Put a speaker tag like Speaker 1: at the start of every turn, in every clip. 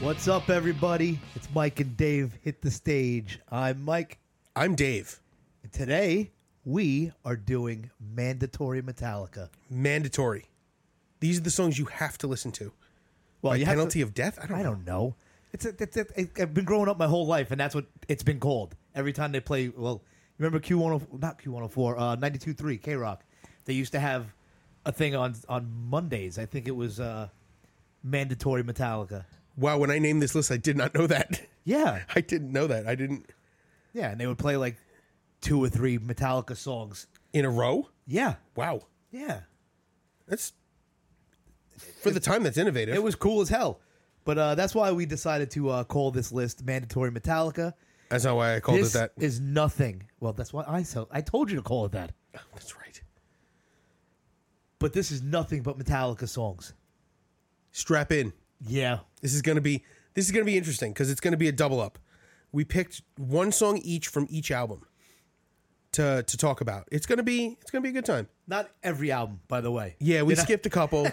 Speaker 1: What's up, everybody? It's Mike and Dave hit the stage. I'm Mike.
Speaker 2: I'm Dave.
Speaker 1: Today, we are doing Mandatory Metallica.
Speaker 2: Mandatory. These are the songs you have to listen to.
Speaker 1: Well,
Speaker 2: By
Speaker 1: you have
Speaker 2: penalty
Speaker 1: to-
Speaker 2: of death? I don't
Speaker 1: I
Speaker 2: know.
Speaker 1: don't know. It's, a, it's a, it- I've been growing up my whole life, and that's what it's been called. Every time they play, well, remember Q104, not Q104, uh, 92.3, K Rock. They used to have a thing on on Mondays. I think it was uh, Mandatory Metallica.
Speaker 2: Wow, when I named this list, I did not know that.
Speaker 1: Yeah.
Speaker 2: I didn't know that. I didn't.
Speaker 1: Yeah. And they would play like two or three Metallica songs.
Speaker 2: In a row?
Speaker 1: Yeah.
Speaker 2: Wow.
Speaker 1: Yeah.
Speaker 2: That's. For the time, that's innovative.
Speaker 1: It was cool as hell. But uh, that's why we decided to uh, call this list mandatory Metallica.
Speaker 2: that's not why I called
Speaker 1: This
Speaker 2: it that.
Speaker 1: is nothing. Well, that's why I so I told you to call it that.
Speaker 2: that's right.
Speaker 1: But this is nothing but Metallica songs.
Speaker 2: Strap in.
Speaker 1: Yeah,
Speaker 2: This is going to be. This is going to be interesting because it's going to be a double up. We picked one song each from each album to to talk about. It's going to be. It's going to be a good time.
Speaker 1: not every album, by the way.
Speaker 2: Yeah, we
Speaker 1: Did I-
Speaker 2: skipped a couple.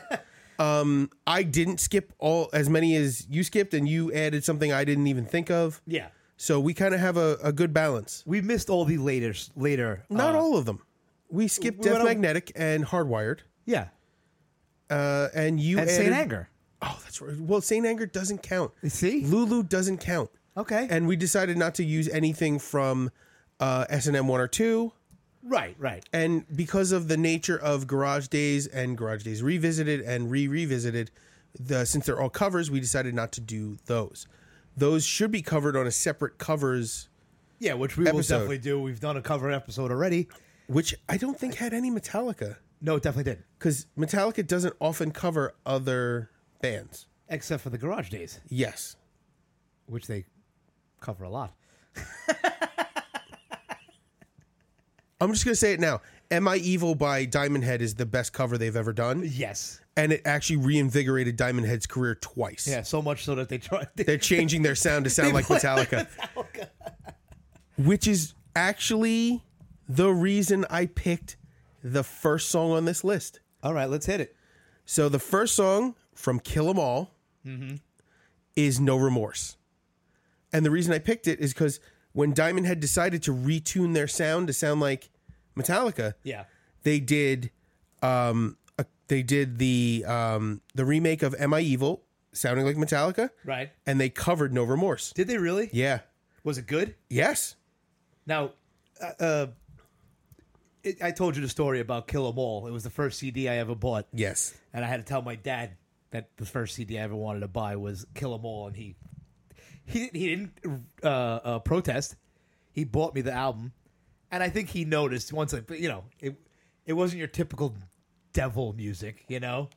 Speaker 2: um, I didn't skip all as many as you skipped, and you added something I didn't even think of.
Speaker 1: yeah.
Speaker 2: So we kind of have a, a good balance.
Speaker 1: We missed all the later later. uh,
Speaker 2: Not all of them. We skipped
Speaker 1: we
Speaker 2: Death
Speaker 1: went on-
Speaker 2: Magnetic and Hardwired,
Speaker 1: yeah,
Speaker 2: uh, and you
Speaker 1: and
Speaker 2: added,
Speaker 1: Saint Anger.
Speaker 2: Oh, that's right. Well, Saint Anger doesn't count.
Speaker 1: You see?
Speaker 2: Lulu doesn't count.
Speaker 1: Okay,
Speaker 2: And we decided not to use anything from uh, S and M one or two.
Speaker 1: right, right.
Speaker 2: And because of the nature of Garage Days and Garage Days Revisited and Re Revisited, the since they're all covers, we decided not to do those. Those should be covered on a separate covers,
Speaker 1: Yeah, which we will
Speaker 2: Episode.
Speaker 1: definitely do. We've done a cover episode already.
Speaker 2: which I don't think had any Metallica
Speaker 1: No, it definitely did,
Speaker 2: because Metallica doesn't often cover other bands.
Speaker 1: except for the Garage Days,
Speaker 2: Yes,
Speaker 1: which they cover a lot.
Speaker 2: I'm just gonna say it now. "Am I Evil" by Diamond Head is the best cover they've ever done,
Speaker 1: Yes.
Speaker 2: and it actually reinvigorated Diamond Head's career twice.
Speaker 1: Yeah, so much so that they tried.
Speaker 2: They're changing their sound to sound like Metallica. Which is actually the reason I picked the first song on this list.
Speaker 1: All right, let's hit it.
Speaker 2: So the first song from Kill 'Em All
Speaker 1: Mm-hmm.
Speaker 2: is No Remorse. And the reason I picked it is because when Diamond had decided to retune their sound to sound like Metallica,
Speaker 1: Yeah.
Speaker 2: they did um a, they did the um the remake of Am I Evil sounding like Metallica
Speaker 1: Right.
Speaker 2: and they covered No Remorse.
Speaker 1: Did they really?
Speaker 2: Yeah.
Speaker 1: Was it good?
Speaker 2: Yes.
Speaker 1: Now, uh, uh, it, I told you the story about Kill 'Em All. It was the first CD I ever bought,
Speaker 2: Yes.
Speaker 1: and I had to tell my dad that the first CD I ever wanted to buy was Kill 'Em All, and he he he didn't uh, uh, protest. He bought me the album, and I think he noticed once. I, you know, it it wasn't your typical devil music, you know.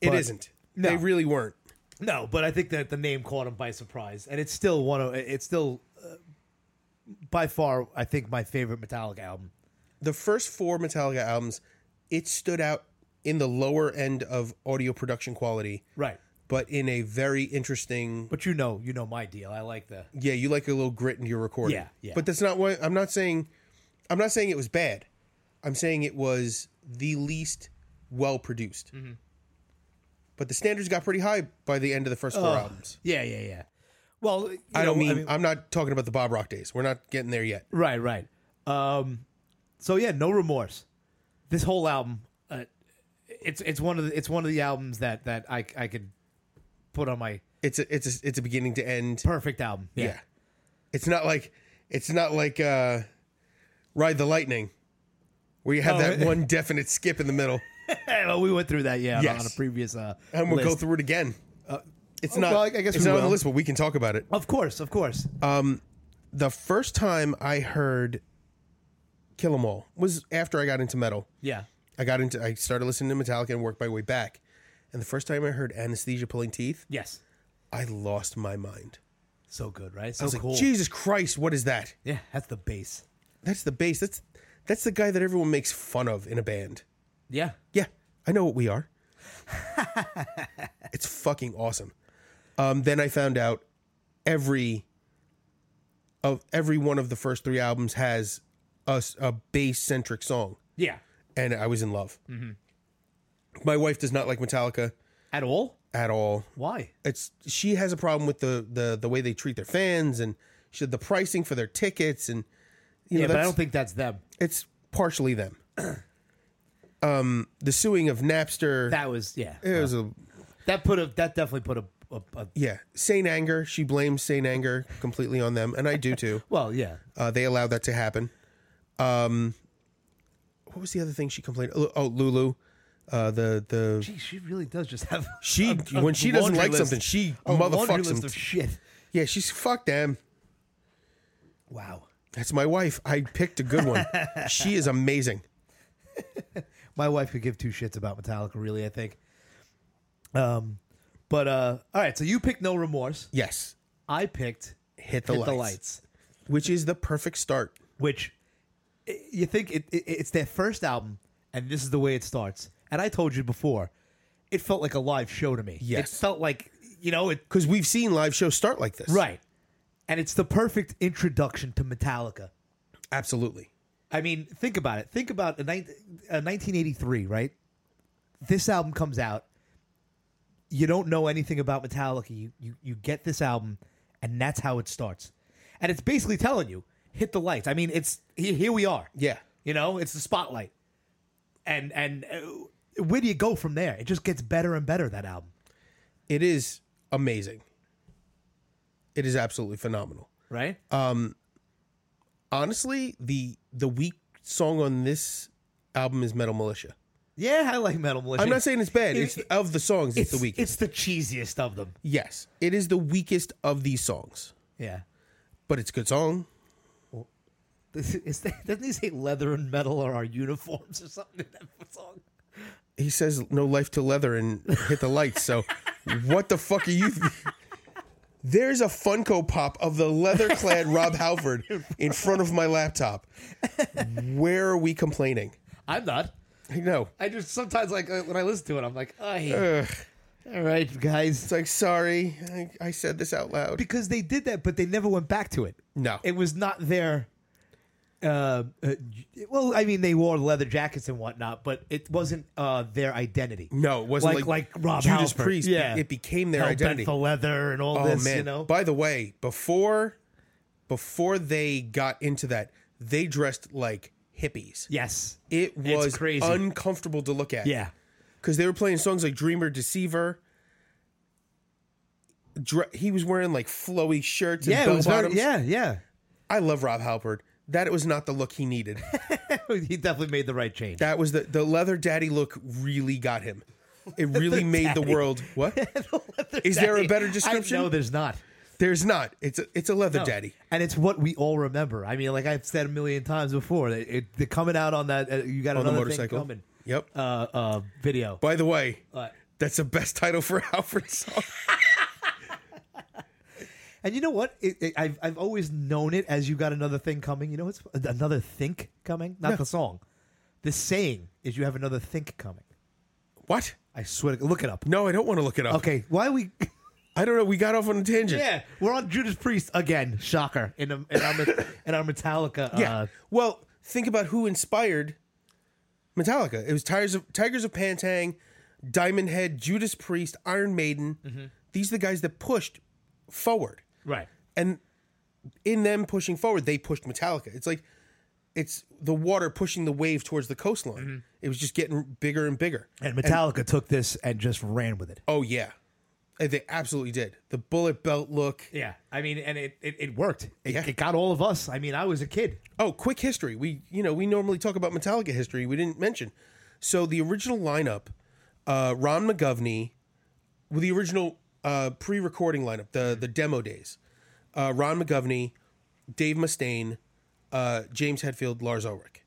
Speaker 2: It
Speaker 1: But-
Speaker 2: not
Speaker 1: No.
Speaker 2: They really weren't.
Speaker 1: No, but I think that the name caught him by surprise, and it's still one of it's still uh, by far I think my favorite Metallica album.
Speaker 2: The first four Metallica albums, it stood out in the lower end of audio production quality,
Speaker 1: Right,
Speaker 2: but in a very interesting.
Speaker 1: but you know, you know my deal. I like the
Speaker 2: Yeah, you like a little grit in your recording.
Speaker 1: Yeah, yeah.
Speaker 2: But that's not why I'm not saying. I'm not saying it was bad. I'm saying it was the least well produced.
Speaker 1: Mm-hmm.
Speaker 2: But the standards got pretty high by the end of the first four albums.
Speaker 1: yeah, yeah, yeah. Well, you
Speaker 2: I don't
Speaker 1: know,
Speaker 2: mean, I I'm not talking about the Bob Rock days. We're not getting there yet.
Speaker 1: right, right. Um, so yeah, no remorse. This whole album, uh, it's it's one of the, it's one of the albums that that I I could put on my
Speaker 2: It's a it's a it's a beginning to end.
Speaker 1: perfect album.
Speaker 2: Yeah. It's not like it's not like uh Ride the Lightning where you have
Speaker 1: Oh,
Speaker 2: that
Speaker 1: it-
Speaker 2: one definite skip in the middle
Speaker 1: well, we went through that yeah on-
Speaker 2: Yes.
Speaker 1: on a previous uh,
Speaker 2: and we'll go
Speaker 1: list.
Speaker 2: through it again. it's
Speaker 1: oh,
Speaker 2: not
Speaker 1: well, I guess
Speaker 2: it's
Speaker 1: we
Speaker 2: not on the
Speaker 1: will.
Speaker 2: list but we can talk about it.
Speaker 1: Of course, of course.
Speaker 2: Uh, The first time I heard Kill 'Em All was after I got into metal.
Speaker 1: yeah.
Speaker 2: I got into I started listening to Metallica and worked my way back. And the first time I heard Anesthesia Pulling Teeth,
Speaker 1: Yes.
Speaker 2: I lost my mind.
Speaker 1: So good, right? So
Speaker 2: I was
Speaker 1: cool.
Speaker 2: like, "Jesus Christ, what is that?"
Speaker 1: Yeah, that's the bass.
Speaker 2: That's the bass. That's that's the guy that everyone makes fun of in a band.
Speaker 1: Yeah.
Speaker 2: Yeah, I know what we are. it's fucking awesome. Um, then I found out every of every one of the first three albums has a, bass centric song,
Speaker 1: Yeah. Mm-hmm.
Speaker 2: and I was in love. My wife does not like Metallica
Speaker 1: At all?
Speaker 2: at all.
Speaker 1: Why?
Speaker 2: It's she has a problem with the the the way they treat their fans and she said the pricing for their tickets and you
Speaker 1: Yeah,
Speaker 2: know
Speaker 1: but I
Speaker 2: that's,
Speaker 1: don't think that's them.
Speaker 2: it's partially them. um, the suing of Napster.
Speaker 1: That was yeah.
Speaker 2: it was a
Speaker 1: That put a that definitely put a, a, a
Speaker 2: yeah. Saint Anger. She blames Saint Anger completely on them, and I do too.
Speaker 1: well yeah.
Speaker 2: Uh, they allowed that to happen. Um, what was the other thing she complained? Oh, oh, Lulu. Uh, the the
Speaker 1: Gee, she really does just have
Speaker 2: she
Speaker 1: a- a
Speaker 2: when she doesn't
Speaker 1: laundry
Speaker 2: like
Speaker 1: list-
Speaker 2: something, she
Speaker 1: a laundry
Speaker 2: motherfucks
Speaker 1: list
Speaker 2: them.
Speaker 1: of shit.
Speaker 2: yeah, she's fuck them.
Speaker 1: Wow.
Speaker 2: That's my wife. I picked a good one. she is amazing.
Speaker 1: My wife could give two shits about Metallica, really. I think. Um, but uh, all right. So you picked No Remorse.
Speaker 2: Yes,
Speaker 1: I picked
Speaker 2: hit the,
Speaker 1: Hit
Speaker 2: lights,
Speaker 1: the Lights,
Speaker 2: which is the perfect start.
Speaker 1: which i- you think it, it, it's their first album, and this is the way it starts. And I told you before, it felt like a live show to me. it
Speaker 2: Yes.
Speaker 1: felt like you know it
Speaker 2: Because we've seen live shows start like this.
Speaker 1: right, and it's the perfect introduction to Metallica.
Speaker 2: Absolutely.
Speaker 1: I mean, think about it. Think about a, nine- a 1983, right? This album comes out. You don't know anything about Metallica. You, you you get this album, and that's how it starts. And it's basically telling you, hit the lights. I mean, it's here, here we are.
Speaker 2: Yeah.
Speaker 1: You know, it's the spotlight. And and uh, where do you go from there? It just gets better and better. That album,
Speaker 2: It is amazing. It is absolutely phenomenal.
Speaker 1: right?
Speaker 2: Uh, Honestly, the the weak song on this album is Metal Militia.
Speaker 1: yeah, I like Metal Militia.
Speaker 2: I'm not saying it's bad. It's
Speaker 1: it-
Speaker 2: of the songs, it's,
Speaker 1: it's
Speaker 2: the weakest.
Speaker 1: It's the cheesiest of them.
Speaker 2: yes, it is the weakest of these songs,
Speaker 1: Yeah. This- Is that, doesn't he say leather and metal are our uniforms or something in that song?
Speaker 2: He says no life to leather and hit the lights. So, what the fuck are you? There's a Funko Pop of the leather-clad Rob Halford in front of my laptop. Where are we complaining?
Speaker 1: I'm not.
Speaker 2: I know.
Speaker 1: I just sometimes like uh, when I listen to it, I'm like,
Speaker 2: Uh.
Speaker 1: I all right, guys,
Speaker 2: It's like, sorry, I, I said this out loud.
Speaker 1: because they did that, but they never went back to it.
Speaker 2: No.
Speaker 1: it was not their. Uh, uh, j- well, I mean, they wore leather jackets and whatnot, but it wasn't uh, their identity.
Speaker 2: No, it wasn't
Speaker 1: like
Speaker 2: like,
Speaker 1: like, Rob
Speaker 2: Judas
Speaker 1: Halford.
Speaker 2: Priest.
Speaker 1: Yeah,
Speaker 2: It became their
Speaker 1: Hellbent
Speaker 2: identity.
Speaker 1: for leather and all
Speaker 2: Oh
Speaker 1: this,
Speaker 2: man!
Speaker 1: you know.
Speaker 2: By the way, before before they got into that, they dressed like hippies.
Speaker 1: yes,
Speaker 2: It
Speaker 1: It's
Speaker 2: was
Speaker 1: crazy.
Speaker 2: uncomfortable to look at.
Speaker 1: yeah,
Speaker 2: because they were playing songs like Dreamer, Deceiver. Dre- he was wearing like flowy shirts and
Speaker 1: yeah, it
Speaker 2: bell
Speaker 1: was very-
Speaker 2: bottoms.
Speaker 1: yeah, yeah.
Speaker 2: I love Rob Halpert. That was not the look he needed.
Speaker 1: he definitely made the right change.
Speaker 2: That was the the leather daddy look. Really got him. It really made the world. What? Is there a better description?
Speaker 1: No, there's not.
Speaker 2: There's not. It's a it's a leather
Speaker 1: No.
Speaker 2: daddy.
Speaker 1: And it's what we all remember. I mean, like I've said a million times before, that it, they're coming out on that. Uh, you got
Speaker 2: On the
Speaker 1: another
Speaker 2: motorcycle.
Speaker 1: thing coming.
Speaker 2: Yep.
Speaker 1: Uh, uh, video.
Speaker 2: By the way,
Speaker 1: But-
Speaker 2: that's the best title for Halpert's song.
Speaker 1: and you know what? It, it, I've I've always known it as you got another thing coming. You know what's another think coming? Not the song. The saying is you have another think coming.
Speaker 2: what?
Speaker 1: I swear to look it up.
Speaker 2: No, I don't want to look it up.
Speaker 1: Okay, why we?
Speaker 2: I don't know. We got off on a tangent.
Speaker 1: yeah, we're on Judas Priest again. Shocker. In a, in our Met- in our Metallica.
Speaker 2: Yeah.
Speaker 1: Uh,
Speaker 2: well, think about who inspired Metallica. It was Tigers of Tigers of Pantang, Diamond Head, Judas Priest, Iron Maiden. These are the guys that pushed forward,
Speaker 1: right.
Speaker 2: and in them pushing forward, they pushed Metallica. It's like it's the water pushing the wave towards the coastline. It was just getting bigger and bigger.
Speaker 1: And Metallica took this and just ran with it.
Speaker 2: Oh yeah, And they absolutely did. The bullet belt look.
Speaker 1: Yeah, I mean, and it it, it worked. It,
Speaker 2: Yeah.
Speaker 1: it got all of us. I mean, I was a kid.
Speaker 2: Oh, quick history. We you know we normally talk about Metallica history. We didn't mention. So the original lineup, uh, Ron McGovney, with the original uh, pre-recording lineup, the the demo days, uh, Ron McGovney, Dave Mustaine, uh, James Hetfield, Lars Ulrich.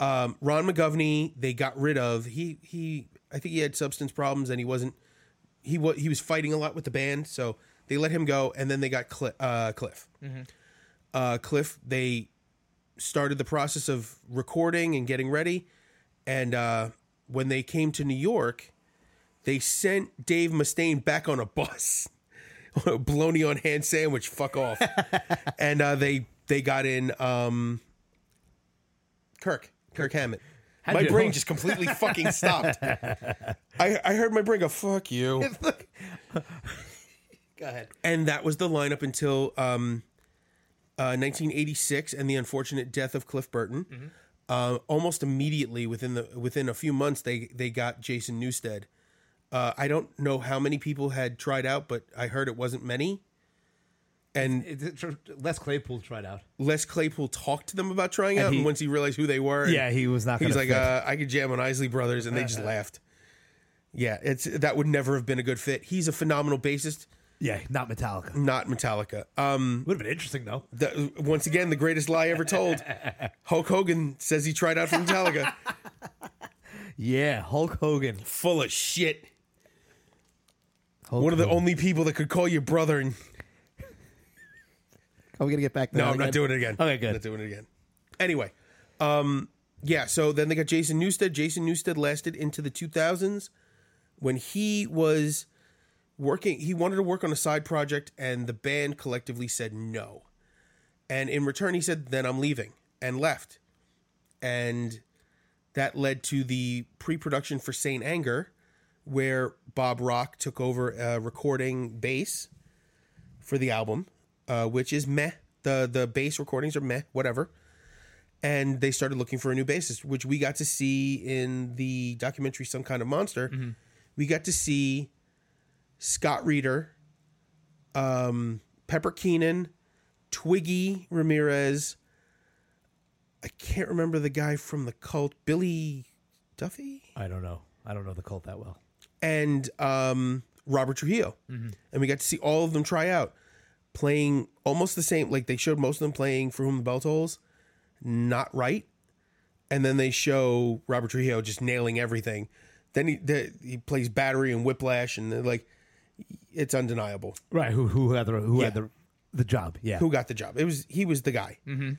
Speaker 2: Um, Ron McGovney, they got rid of. He he, I think he had substance problems and he wasn't. He was he was fighting a lot with the band, so they let him go, and then they got Cli- uh, Cliff. Uh, Cliff, they started the process of recording and getting ready. And uh, when they came to New York, they sent Dave Mustaine back on a bus, on a bologna on hand sandwich. Fuck off. and uh, they they got in um, Kirk Kirk Hammett.
Speaker 1: How'd
Speaker 2: my
Speaker 1: you-
Speaker 2: brain just completely fucking stopped. I, I heard my brain go, fuck you.
Speaker 1: Go ahead.
Speaker 2: And that was the lineup until um, uh, 1986 and the unfortunate death of Cliff Burton.
Speaker 1: Mm-hmm.
Speaker 2: Uh, almost immediately within the within a few months, they they got Jason Newstead. Uh, I don't know how many people had tried out, but I heard it wasn't many. And
Speaker 1: It's- it's- Les Claypool tried out.
Speaker 2: Les Claypool talked to them about trying out, and,
Speaker 1: he-
Speaker 2: once he realized who they were, and
Speaker 1: Yeah, he was not
Speaker 2: He was
Speaker 1: gonna Uh-huh.
Speaker 2: like, uh, "I could jam on Isley Brothers," and they just laughed. Yeah, it's that would never have been a good fit. He's a phenomenal bassist,
Speaker 1: Yeah, not Metallica.
Speaker 2: not Metallica. Um,
Speaker 1: Would have Mm. been interesting though.
Speaker 2: the, once again, the greatest lie ever told. Hulk Hogan says he tried out for Metallica.
Speaker 1: Yeah, Hulk Hogan.
Speaker 2: Full of shit.
Speaker 1: Hulk
Speaker 2: One of the
Speaker 1: Hogan.
Speaker 2: only people that could call you brother. And
Speaker 1: Are we gonna get back? To
Speaker 2: no,
Speaker 1: that
Speaker 2: I'm not
Speaker 1: again?
Speaker 2: doing it again.
Speaker 1: Okay, good.
Speaker 2: Not doing it again. Anyway, um, yeah. So then they got Jason Newstead. Jason Newstead lasted into the 2000s when he was working. He wanted to work on a side project, and the band collectively said no. And in return, he said, "Then I'm leaving," and left. And that led to the pre-production for Saint Anger, where Bob Rock took over uh, recording bass for the album, uh, which is meh. the The bass recordings are meh, whatever. And they started looking for a new bassist, which we got to see in the documentary "Some Kind of Monster." We got to see Scott Reeder, um, Pepper Keenan, Twiggy Ramirez. I can't remember the guy from the cult, Billy Duffy
Speaker 1: I don't know. I don't know the cult that well.
Speaker 2: and um, Robert Trujillo, and we got to see all of them try out, playing almost the same. Like they showed most of them playing for whom the bell tolls, not right, and then they show Robert Trujillo just nailing everything. Then he the, he plays Battery and Whiplash, and they're like it's undeniable
Speaker 1: Right. Who who had the who had
Speaker 2: Yeah.
Speaker 1: the the job? Yeah.
Speaker 2: who got the job. It was he was the guy.
Speaker 1: Mm-hmm.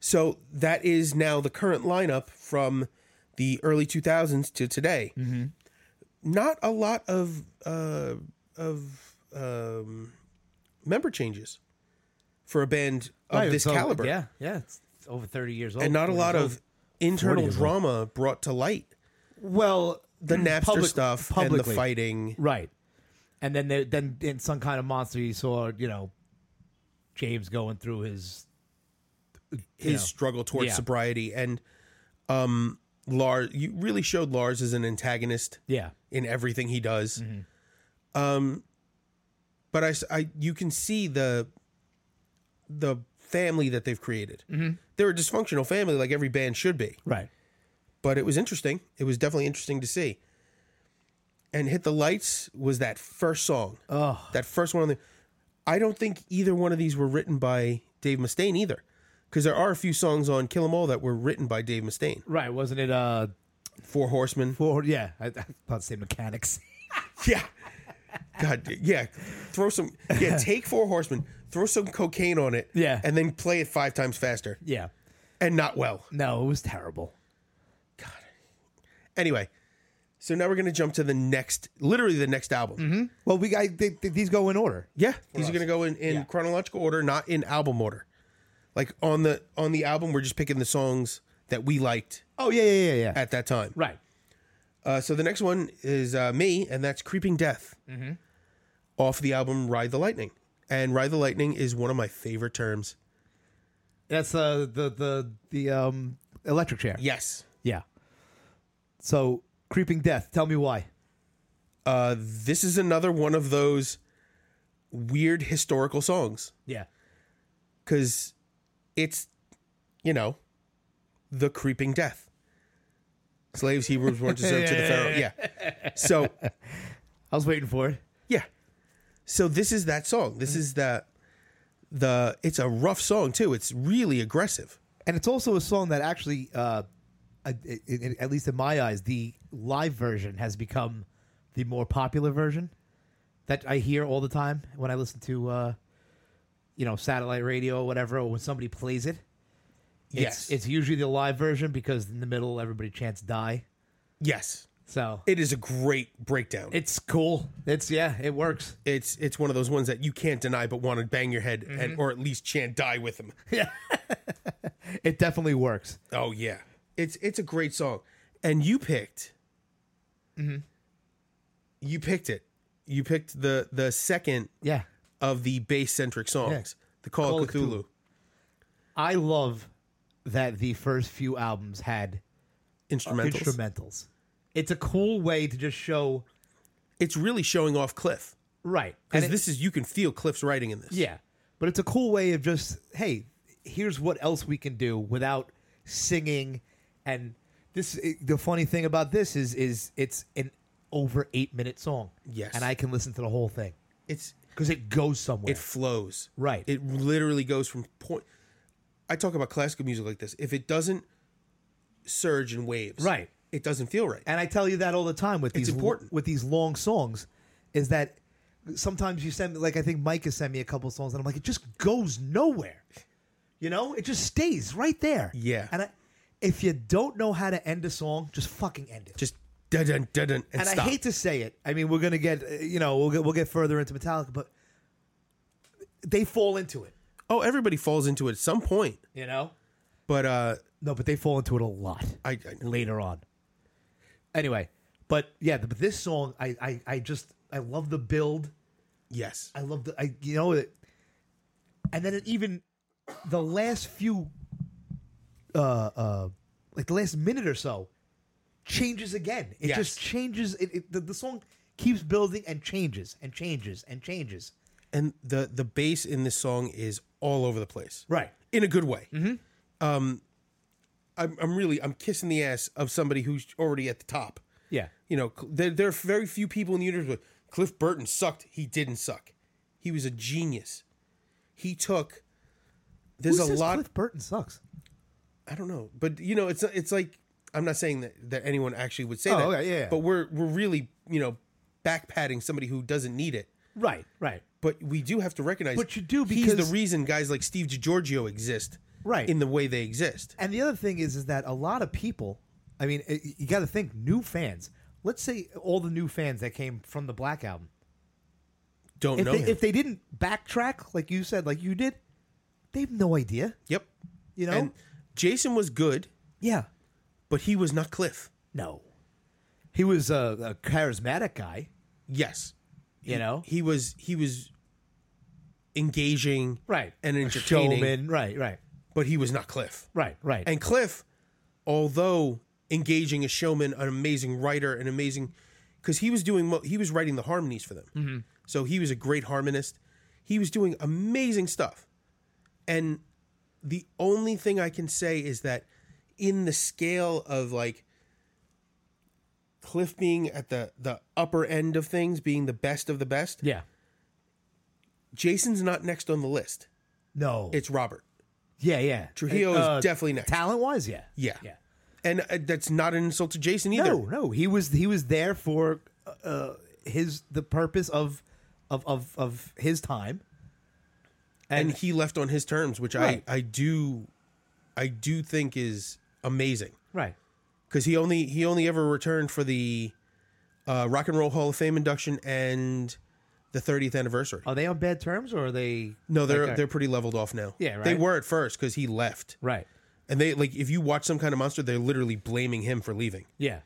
Speaker 2: So that is now the current lineup from the early 2000s to today.
Speaker 1: Mm-hmm.
Speaker 2: Not a lot of uh, of um, member changes for a band of
Speaker 1: Right,
Speaker 2: this
Speaker 1: so-
Speaker 2: caliber,
Speaker 1: Yeah. Yeah. It's it's over thirty years old.
Speaker 2: and not a
Speaker 1: 40
Speaker 2: lot
Speaker 1: years
Speaker 2: of
Speaker 1: 40
Speaker 2: internal
Speaker 1: years
Speaker 2: drama brought to light.
Speaker 1: old. well
Speaker 2: The Napster
Speaker 1: Mm, public-
Speaker 2: stuff and the
Speaker 1: publicly.
Speaker 2: fighting.
Speaker 1: Right. And then there, then in some kind of monster, you saw you know James going through his
Speaker 2: his
Speaker 1: know.
Speaker 2: struggle towards
Speaker 1: Yeah.
Speaker 2: sobriety and um Lars you really showed Lars as an antagonist
Speaker 1: yeah
Speaker 2: in everything he does. Um but I, s- I- you can see the the family that they've created. They're a dysfunctional family like every band should be,
Speaker 1: right
Speaker 2: but it was interesting. It was definitely interesting to see. And Hit the Lights was that first song.
Speaker 1: oh
Speaker 2: That first one on the I don't think either one of these were written by Dave Mustaine either. Because there are a few songs on Kill 'Em All that were written by Dave Mustaine.
Speaker 1: right wasn't it uh
Speaker 2: Four Horsemen.
Speaker 1: four yeah I, I thought it said mechanics
Speaker 2: Yeah. God, yeah. Throw some, yeah, take Four Horsemen, throw some cocaine on it,
Speaker 1: Yeah.
Speaker 2: and then play it five times faster
Speaker 1: yeah
Speaker 2: and not well.
Speaker 1: no it was terrible
Speaker 2: Anyway, so now we're going to jump to the next, literally the next album.
Speaker 1: well we I, they, they- these go in order
Speaker 2: Yeah. These are going to go in, in chronological order, not in album order. Like on the on the album, we're just picking the songs that we liked
Speaker 1: oh yeah yeah yeah yeah
Speaker 2: at that time.
Speaker 1: right
Speaker 2: Uh, so the next one is uh, me, and that's Creeping Death, off the album Ride the Lightning. And Ride the Lightning is one of my favorite terms.
Speaker 1: that's uh the the the um electric chair
Speaker 2: Yes.
Speaker 1: yeah so creeping death tell me why
Speaker 2: Uh, this is another one of those weird historical songs
Speaker 1: yeah
Speaker 2: because it's, you know, the creeping death. Slaves, Hebrews weren't deserved to the Pharaoh. Yeah. So,
Speaker 1: I was waiting for it
Speaker 2: yeah. So this is that song. This is the, the, it's a rough song too. It's really aggressive.
Speaker 1: and it's also a song that actually uh I- I- I- at least in my eyes the live version has become the more popular version that i hear all the time when i listen to uh you know satellite radio or whatever or when somebody plays it it's,
Speaker 2: Yes.
Speaker 1: it's usually the live version because in the middle everybody chants die
Speaker 2: Yes.
Speaker 1: so
Speaker 2: It is a great breakdown.
Speaker 1: it's cool it's yeah it works
Speaker 2: it's it's one of those ones that you can't deny but want to bang your head and or at least chant die with them.
Speaker 1: it definitely works
Speaker 2: Oh yeah. It's it's a great song. and you picked.
Speaker 1: Mm-hmm.
Speaker 2: You picked it. You picked the the second
Speaker 1: Yeah.
Speaker 2: of the bass centric songs, the Call, of
Speaker 1: Call of
Speaker 2: Cthulhu.
Speaker 1: I love that the first few albums had
Speaker 2: instrumentals.
Speaker 1: instrumentals. It's a cool way to just show
Speaker 2: It's really showing off Cliff
Speaker 1: right.
Speaker 2: because
Speaker 1: it-
Speaker 2: this is you can feel Cliff's writing in this.
Speaker 1: yeah, but it's a cool way of just hey, here's what else we can do without singing. And this it- the funny thing about this is is it's an over eight minute song.
Speaker 2: Yes.
Speaker 1: and I can listen to the whole thing
Speaker 2: it's
Speaker 1: because it goes somewhere.
Speaker 2: it flows.
Speaker 1: Right.
Speaker 2: It literally goes from point. I talk about classical music like this. If it doesn't surge in waves,
Speaker 1: Right.
Speaker 2: it doesn't feel right.
Speaker 1: and I tell you that all the time with these
Speaker 2: important.
Speaker 1: with these long songs, is that sometimes you send like I think Mike has sent me a couple songs and I'm like it just goes nowhere, you know, it just stays right there.
Speaker 2: Yeah.
Speaker 1: and I, if you don't know how to end a song, just fucking end it.
Speaker 2: Just dun dun dun dun and,
Speaker 1: and
Speaker 2: stop.
Speaker 1: I hate to say it. I mean, we're gonna get uh, you know we'll get we'll get further into Metallica, but they fall into it,
Speaker 2: oh, everybody falls into it at some point,
Speaker 1: you know.
Speaker 2: but uh,
Speaker 1: No, but they fall into it a lot.
Speaker 2: I, I
Speaker 1: later on. Anyway, but yeah, but this song, I, I, I just, I love the build.
Speaker 2: yes,
Speaker 1: I love the, I, you know, it, and then it even the last few, uh, uh, like the last minute or so, changes again. It
Speaker 2: Yes.
Speaker 1: just changes. It, it the, the song keeps building and changes and changes and changes.
Speaker 2: and the the bass in this song is all over the place.
Speaker 1: Right. Mm-hmm.
Speaker 2: in a good way. Um, I'm, I'm really I'm kissing the ass of somebody who's already at the top.
Speaker 1: Yeah.
Speaker 2: You know, cl- there, there are very few people in the universe. But Cliff Burton sucked. He didn't suck. He was a genius. He took. There's
Speaker 1: Who
Speaker 2: a
Speaker 1: says
Speaker 2: lot.
Speaker 1: Cliff Burton sucks.
Speaker 2: I don't know, but you know, it's it's like I'm not saying that, that anyone actually would say
Speaker 1: Oh,
Speaker 2: that.
Speaker 1: okay, yeah, yeah.
Speaker 2: But we're we're really you know back patting somebody who doesn't need it.
Speaker 1: Right. Right.
Speaker 2: But we do have to recognize.
Speaker 1: But you do
Speaker 2: he's the
Speaker 1: because-
Speaker 2: reason guys like Steve DiGiorgio exist.
Speaker 1: Right.
Speaker 2: In the way they exist.
Speaker 1: And the other thing is, is that a lot of people, I mean, i- you got to think new fans. Let's say all the new fans that came from the Black Album.
Speaker 2: Don't
Speaker 1: If
Speaker 2: know
Speaker 1: they,
Speaker 2: him.
Speaker 1: if they didn't backtrack, like you said, like you did, they have no idea.
Speaker 2: Yep.
Speaker 1: You know?
Speaker 2: And Jason was good,
Speaker 1: yeah.
Speaker 2: but he was not Cliff.
Speaker 1: No. He was a, a charismatic guy,
Speaker 2: Yes.
Speaker 1: you know?
Speaker 2: He was he was engaging
Speaker 1: Right.
Speaker 2: and
Speaker 1: A
Speaker 2: entertaining,
Speaker 1: showman. Right, right,
Speaker 2: but he was not Cliff.
Speaker 1: right, right.
Speaker 2: And Cliff, although engaging a showman, an amazing writer, an amazing cuz he was doing mo- he was writing the harmonies for them.
Speaker 1: Mm-hmm.
Speaker 2: So he was a great harmonist. He was doing amazing stuff. And the only thing I can say is that in the scale of like Cliff being at the the upper end of things, being the best of the best,
Speaker 1: yeah.
Speaker 2: Jason's not next on the list.
Speaker 1: No.
Speaker 2: It's Robert.
Speaker 1: yeah, yeah.
Speaker 2: Trujillo is definitely next.
Speaker 1: Talent wise, yeah.
Speaker 2: Yeah.
Speaker 1: Yeah.
Speaker 2: And uh, that's not an insult to Jason either.
Speaker 1: No, no, he was he was there for uh, his the purpose of of of, of his time.
Speaker 2: and he left on his terms, which
Speaker 1: Right.
Speaker 2: I I do, I do think is amazing
Speaker 1: Right.
Speaker 2: because he only he only ever returned for the uh, Rock and Roll Hall of Fame induction and the 30th anniversary.
Speaker 1: Are they on bad terms or are they
Speaker 2: No, they're
Speaker 1: Okay.
Speaker 2: they're pretty leveled off now.
Speaker 1: Yeah,
Speaker 2: They
Speaker 1: right.
Speaker 2: were at first because he left,
Speaker 1: Right.
Speaker 2: and they like if you watch some kind of monster, they're literally blaming him for leaving.
Speaker 1: Yeah.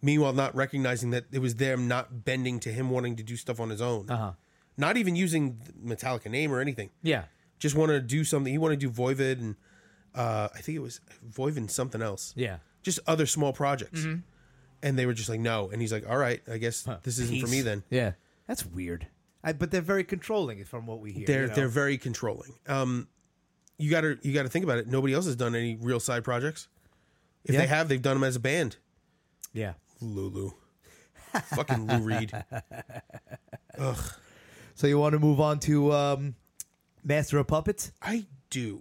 Speaker 2: Meanwhile, not recognizing that it was them not bending to him wanting to do stuff on his own,
Speaker 1: Uh-huh.
Speaker 2: not even using the Metallica name or anything.
Speaker 1: Yeah.
Speaker 2: just wanted to do something. He wanted to do Voivod and uh, I think it was Voivod and something else.
Speaker 1: Yeah. Mm-hmm.
Speaker 2: Just other small projects. And they were just like, no. And he's like, all right, I guess this isn't for me
Speaker 1: Peace.
Speaker 2: then.
Speaker 1: Yeah. That's weird. I, but they're very controlling from what we hear.
Speaker 2: They're
Speaker 1: you know?
Speaker 2: they're very controlling. Um, you gotta you gotta think about it. Nobody else has done any real side projects. If
Speaker 1: Yeah.
Speaker 2: they have, they've done them as a band.
Speaker 1: yeah.
Speaker 2: Lulu, fucking Lou Reed.
Speaker 1: So you want to move on to um, Master of Puppets?
Speaker 2: I do,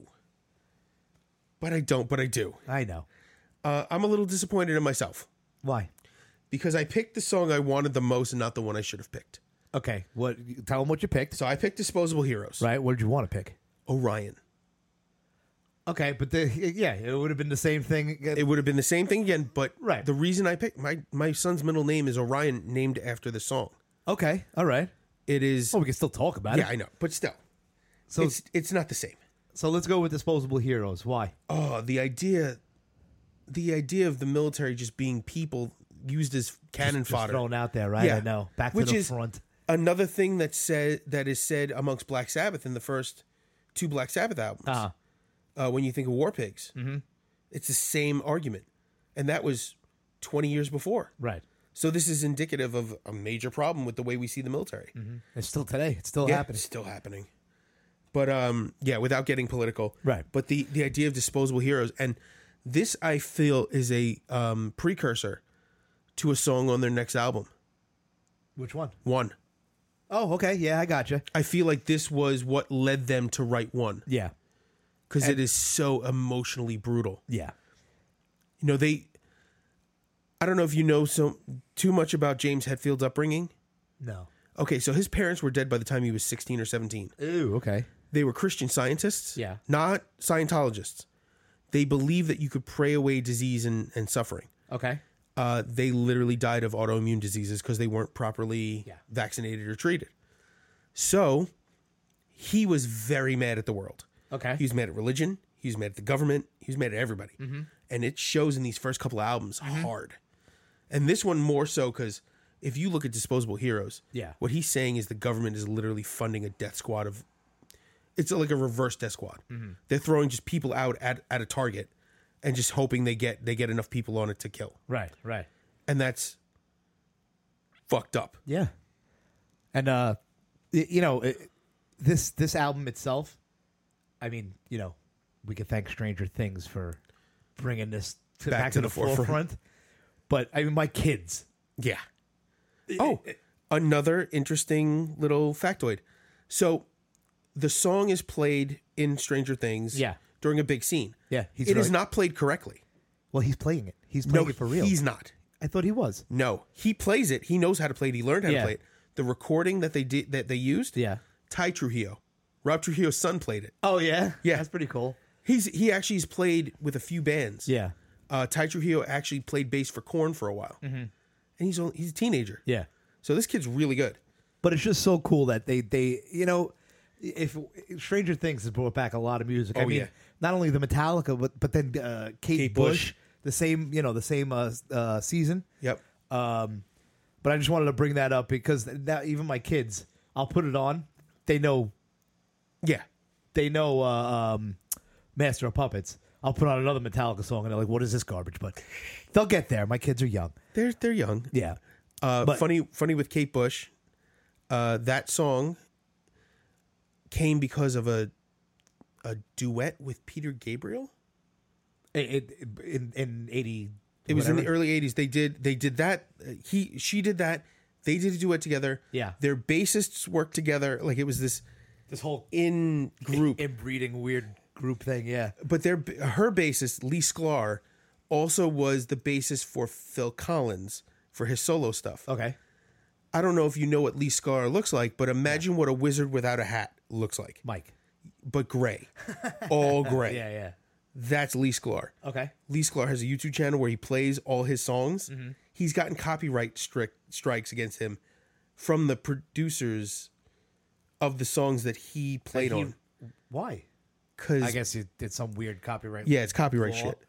Speaker 2: but I don't. But I do.
Speaker 1: I know.
Speaker 2: Uh, I'm a little disappointed in myself
Speaker 1: Why?
Speaker 2: because I picked the song I wanted the most and not the one I should have picked.
Speaker 1: Okay. What? Tell them what you picked.
Speaker 2: So I picked Disposable Heroes.
Speaker 1: Right. What did you want to pick?
Speaker 2: Orion.
Speaker 1: Okay, but the, yeah, it would have been the same thing.
Speaker 2: It would have been the same thing again, but
Speaker 1: Right.
Speaker 2: the reason I picked my my son's middle name is Orion, named after the song.
Speaker 1: Okay. All right.
Speaker 2: It is.
Speaker 1: Well, we can still talk about
Speaker 2: yeah,
Speaker 1: it.
Speaker 2: I know, but still,
Speaker 1: So
Speaker 2: it's it's not the same.
Speaker 1: So let's go with disposable heroes. Why?
Speaker 2: Oh, the idea the idea of the military just being people used as cannon
Speaker 1: Just
Speaker 2: fodder.
Speaker 1: thrown out there, right?
Speaker 2: Yeah.
Speaker 1: I know. Back
Speaker 2: Which
Speaker 1: to the
Speaker 2: is-
Speaker 1: front.
Speaker 2: Another thing that said that is said amongst Black Sabbath in the first two Black Sabbath albums.
Speaker 1: Ah, Mm-hmm.
Speaker 2: uh, when you think of War Pigs. It's the same argument. And that was 20 years before.
Speaker 1: right.
Speaker 2: So this is indicative of a major problem with the way we see the military.
Speaker 1: It's still today. It's still
Speaker 2: Yeah,
Speaker 1: happening.
Speaker 2: It's still happening. But um, yeah, without getting political.
Speaker 1: Right.
Speaker 2: But the, the idea of disposable heroes. And this, I feel, is a um, precursor to a song on their next album.
Speaker 1: Which one?
Speaker 2: One.
Speaker 1: Oh, okay. Yeah, I gotcha.
Speaker 2: I feel like this was what led them to write one
Speaker 1: Yeah.
Speaker 2: because it is so emotionally brutal.
Speaker 1: Yeah.
Speaker 2: you know they i don't know if you know so too much about james hetfield's upbringing
Speaker 1: No.
Speaker 2: okay so his parents were dead by the time he was 16 or 17
Speaker 1: Ooh, okay.
Speaker 2: they were christian scientists
Speaker 1: Yeah.
Speaker 2: not scientologists they believed that you could pray away disease and, and suffering
Speaker 1: Okay.
Speaker 2: uh, they literally died of autoimmune diseases because they weren't properly
Speaker 1: Yeah.
Speaker 2: vaccinated or treated so he was very mad at the world
Speaker 1: Okay.
Speaker 2: he was mad at religion. He was mad at the government. He was mad at everybody. And it shows in these first couple of albums hard. And this one more so because if you look at Disposable Heroes,
Speaker 1: Yeah.
Speaker 2: what he's saying is the government is literally funding a death squad of. It's like a reverse death squad. They're throwing just people out at, at a target and just hoping they get they get enough people on it to kill.
Speaker 1: right, right.
Speaker 2: And that's fucked up.
Speaker 1: Yeah. And uh y- you know, it, this this album itself, I mean, you know, we could thank Stranger Things for bringing this to, back, to, the, forefront. But I mean, my kids.
Speaker 2: Yeah. Oh, another interesting little factoid. So the song is played in Stranger Things
Speaker 1: Yeah.
Speaker 2: during a big scene.
Speaker 1: Yeah,
Speaker 2: It
Speaker 1: he's
Speaker 2: is
Speaker 1: right.
Speaker 2: not played correctly.
Speaker 1: Well, he's playing it. He's playing
Speaker 2: no,
Speaker 1: it for real.
Speaker 2: He's not.
Speaker 1: I thought he was.
Speaker 2: No. He plays it. He knows how to play it. He learned how to
Speaker 1: Yeah.
Speaker 2: play it. The recording that they did that they used,
Speaker 1: Yeah.
Speaker 2: Ty Trujillo. Rob Trujillo's son played it.
Speaker 1: Oh yeah.
Speaker 2: Yeah.
Speaker 1: That's pretty cool.
Speaker 2: He's he actually has played with a few bands.
Speaker 1: Yeah.
Speaker 2: Uh, Ty Trujillo actually played bass for Korn for a while.
Speaker 1: Mm-hmm.
Speaker 2: And he's only, he's a teenager.
Speaker 1: Yeah.
Speaker 2: So this kid's really good.
Speaker 1: But it's just so cool that they they you know if Stranger Things has brought back a lot of music. I
Speaker 2: Oh,
Speaker 1: mean,
Speaker 2: yeah.
Speaker 1: not only the Metallica, but but then uh, Kate,
Speaker 2: Kate Bush.
Speaker 1: Bush, the same you know the same uh, uh, season.
Speaker 2: Yep.
Speaker 1: Um, but I just wanted to bring that up because now even my kids, I'll put it on. They know
Speaker 2: Yeah.
Speaker 1: they know uh, um, Master of Puppets. I'll put on another Metallica song and they're like, "What is this garbage?" But they'll get there. My kids are young.
Speaker 2: They're they're young.
Speaker 1: Yeah.
Speaker 2: Uh,
Speaker 1: But-
Speaker 2: funny, funny with Kate Bush. Uh, that song came because of a a duet with Peter Gabriel.
Speaker 1: It, it, in in eighty.
Speaker 2: It was in the early '80s. They did they did that. uh, He she did that. They did a duet together.
Speaker 1: Yeah.
Speaker 2: their bassists worked together. Like it was this
Speaker 1: this whole
Speaker 2: in group.
Speaker 1: inbreeding weird group thing. Yeah.
Speaker 2: but their her bassist Lee Sklar also was the bassist for Phil Collins for his solo stuff.
Speaker 1: Okay.
Speaker 2: I don't know if you know what Lee Sklar looks like, but imagine what a wizard without a hat looks like.
Speaker 1: Mike.
Speaker 2: but gray, all gray.
Speaker 1: Yeah. Yeah.
Speaker 2: That's Lee Sklar.
Speaker 1: Okay.
Speaker 2: Lee Sklar has a YouTube channel where he plays all his songs.
Speaker 1: Mm-hmm.
Speaker 2: He's gotten copyright strict strikes against him from the producers of the songs that he played on.
Speaker 1: Why? I
Speaker 2: Because
Speaker 1: guess it did some weird copyright.
Speaker 2: yeah, it's copyright
Speaker 1: Law.
Speaker 2: shit.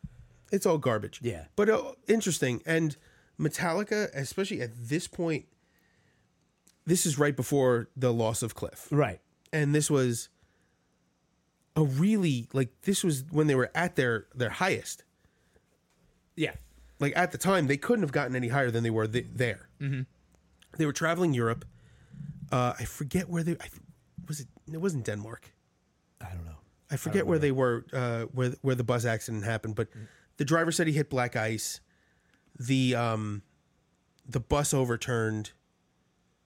Speaker 2: It's all garbage.
Speaker 1: Yeah.
Speaker 2: but uh, interesting. And Metallica, especially at this point, this is right before the loss of Cliff.
Speaker 1: Right.
Speaker 2: and this was a really like this was when they were at their their highest
Speaker 1: Yeah.
Speaker 2: like at the time they couldn't have gotten any higher than they were th- there mm-hmm. they were traveling europe uh i forget where they I, was it it wasn't denmark
Speaker 1: I don't Mm. know.
Speaker 2: i forget where they were uh where where the bus accident happened but the driver said he hit black ice the um the bus overturned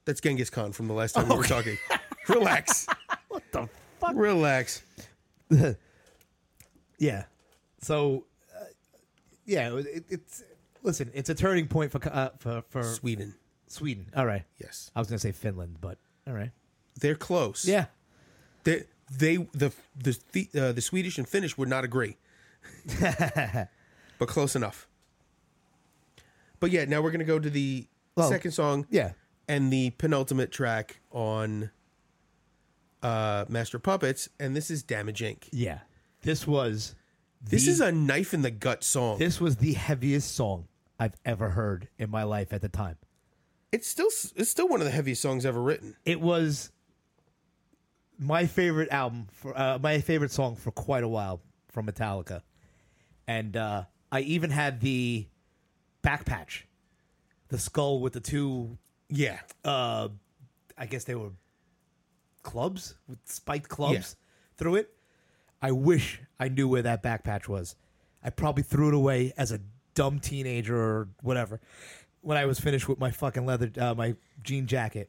Speaker 2: that's genghis khan from the last time we were talking relax
Speaker 1: What the fuck?
Speaker 2: relax
Speaker 1: Yeah. So, uh, yeah, it, it's listen, it's a turning point for co- uh, for for
Speaker 2: sweden
Speaker 1: Sweden. All right.
Speaker 2: yes
Speaker 1: I was gonna say Finland, but all right.
Speaker 2: They're close.
Speaker 1: Yeah.
Speaker 2: They, they the the the, uh, the Swedish and Finnish would not agree, but close enough. But yeah, now we're gonna go to the
Speaker 1: Well,
Speaker 2: second song
Speaker 1: Yeah.
Speaker 2: and the penultimate track on uh, Master Puppets, and this is Damage Inc.
Speaker 1: Yeah. This was
Speaker 2: This is a knife in the gut song.
Speaker 1: This was the heaviest song I've ever heard in my life at the time.
Speaker 2: It's still it's still one of the heaviest songs ever written.
Speaker 1: It was my favorite album for uh, my favorite song for quite a while from Metallica, and uh, I even had the back patch, the skull with the two.
Speaker 2: Yeah.
Speaker 1: Uh, I guess they were clubs with spiked clubs through it. I wish I knew where that back patch was. I probably threw it away as a dumb teenager or whatever when I was finished with my fucking leather, uh, my jean jacket.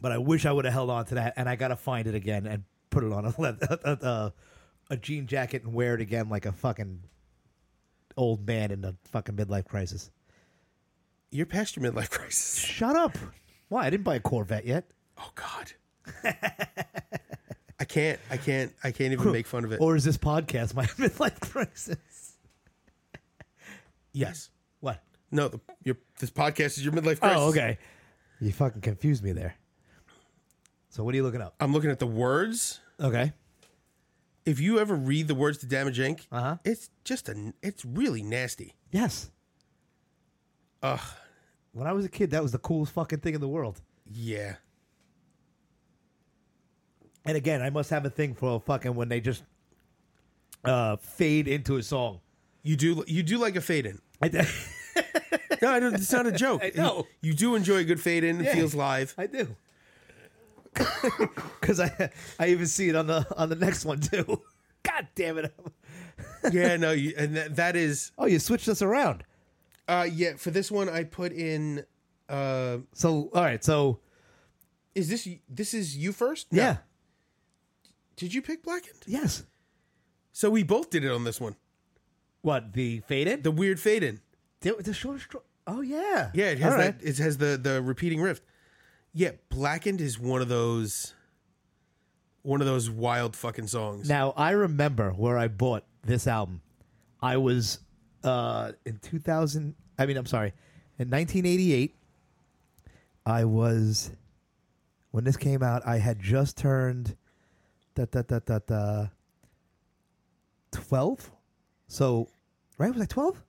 Speaker 1: But I wish I would have held on to that, and I gotta find it again and put it on a leather, a, a, a jean jacket and wear it again like a fucking old man in a fucking midlife crisis.
Speaker 2: You're past your midlife crisis.
Speaker 1: Shut up! Why I didn't buy a Corvette yet,
Speaker 2: Oh God. I can't. I can't. I can't even make fun of it.
Speaker 1: or is this podcast my midlife crisis?
Speaker 2: yes.
Speaker 1: What?
Speaker 2: No. The, your this podcast is your midlife crisis.
Speaker 1: Oh, okay. You fucking confused me there. So what are you looking up?
Speaker 2: I'm looking at the words.
Speaker 1: Okay.
Speaker 2: If you ever read the words to Damage Inc.,
Speaker 1: Uh-huh.
Speaker 2: it's just a. It's really nasty.
Speaker 1: Yes.
Speaker 2: Ugh.
Speaker 1: When I was a kid, that was the coolest fucking thing in the world.
Speaker 2: Yeah.
Speaker 1: And again, I must have a thing for fucking when they just uh, fade into a song.
Speaker 2: You do. You do like a fade in.
Speaker 1: I, d-
Speaker 2: No, I don't, it's not a joke.
Speaker 1: know.
Speaker 2: You, you do enjoy a good fade in. It
Speaker 1: Yeah.
Speaker 2: feels live.
Speaker 1: I do. Because I I even see it on the on the next one too. God damn it!
Speaker 2: yeah. No. You, and that, that is.
Speaker 1: Oh, you switched us around.
Speaker 2: Uh. Yeah. For this one, I put in. Uh.
Speaker 1: So all right, so
Speaker 2: Is this this is you first? No.
Speaker 1: yeah,
Speaker 2: Did you pick Blackened?
Speaker 1: yes.
Speaker 2: So we both did it on this one.
Speaker 1: What the faded?
Speaker 2: The weird fade in.
Speaker 1: The, the short. Stro- oh yeah,
Speaker 2: Yeah, it has
Speaker 1: All right.
Speaker 2: that. It has the the repeating riff. Yeah, Blackened is one of those, one of those wild fucking songs.
Speaker 1: Now I remember where I bought this album. I was uh, in 2000. I mean, I'm sorry, in 1988. I was when this came out. I had just turned da da da da da twelve. So, right? Was I twelve?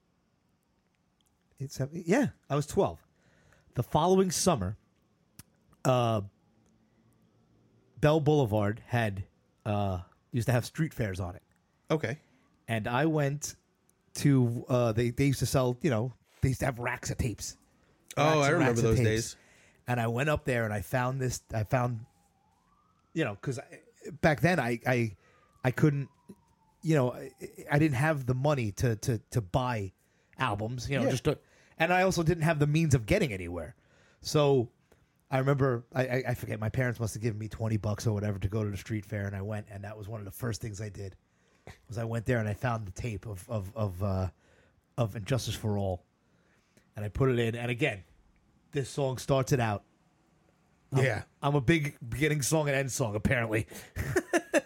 Speaker 1: It's seven- yeah. I was twelve. The following summer, uh, Bell Boulevard had uh, used to have street fairs on it,
Speaker 2: Okay,
Speaker 1: and I went to uh, they they used to sell you know they used to have racks of tapes.
Speaker 2: Oh, I
Speaker 1: and
Speaker 2: remember
Speaker 1: of
Speaker 2: those
Speaker 1: tapes.
Speaker 2: days.
Speaker 1: And I went up there and I found this. I found, you know, because back then I I I couldn't, you know, I, I didn't have the money to to to buy albums. You know,
Speaker 2: Yeah.
Speaker 1: just to, and I also didn't have the means of getting anywhere. So I remember I, I, I forget my parents must have given me twenty bucks or whatever to go to the street fair, and I went, and that was one of the first things I did was I went there and I found the tape of of of uh, of Injustice for All, and I put it in, and again, this song starts it out. Oh.
Speaker 2: yeah,
Speaker 1: I'm a big beginning song and end song apparently.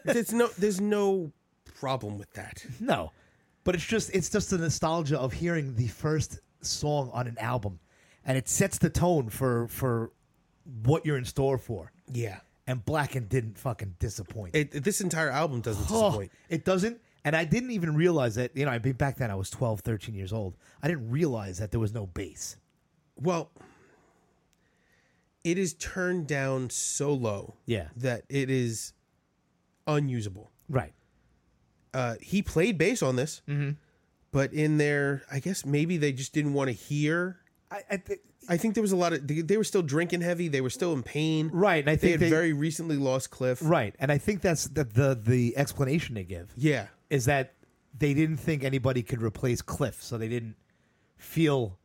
Speaker 2: there's no there's no problem with that.
Speaker 1: No, but it's just it's just the nostalgia of hearing the first song on an album, and it sets the tone for for what you're in store for.
Speaker 2: Yeah,
Speaker 1: And Blacken didn't fucking disappoint.
Speaker 2: it, it- this entire album doesn't
Speaker 1: Oh,
Speaker 2: disappoint.
Speaker 1: it doesn't. And I didn't even realize that, you know, I mean, back then I was 12, 13 years old. I didn't realize that there was no bass.
Speaker 2: Well, it is turned down so low,
Speaker 1: Yeah.
Speaker 2: that it is unusable.
Speaker 1: Right.
Speaker 2: uh, he played bass on this,
Speaker 1: Mm-hmm.
Speaker 2: but in there, I guess maybe they just didn't want to hear.
Speaker 1: I, I think
Speaker 2: I think there was a lot of they, they were still drinking heavy. They were still in pain.
Speaker 1: right, and I
Speaker 2: They
Speaker 1: think
Speaker 2: had
Speaker 1: they-
Speaker 2: very recently lost Cliff.
Speaker 1: right, and I think that's the, the the explanation they give
Speaker 2: Yeah,
Speaker 1: is that they didn't think anybody could replace Cliff, so they didn't feel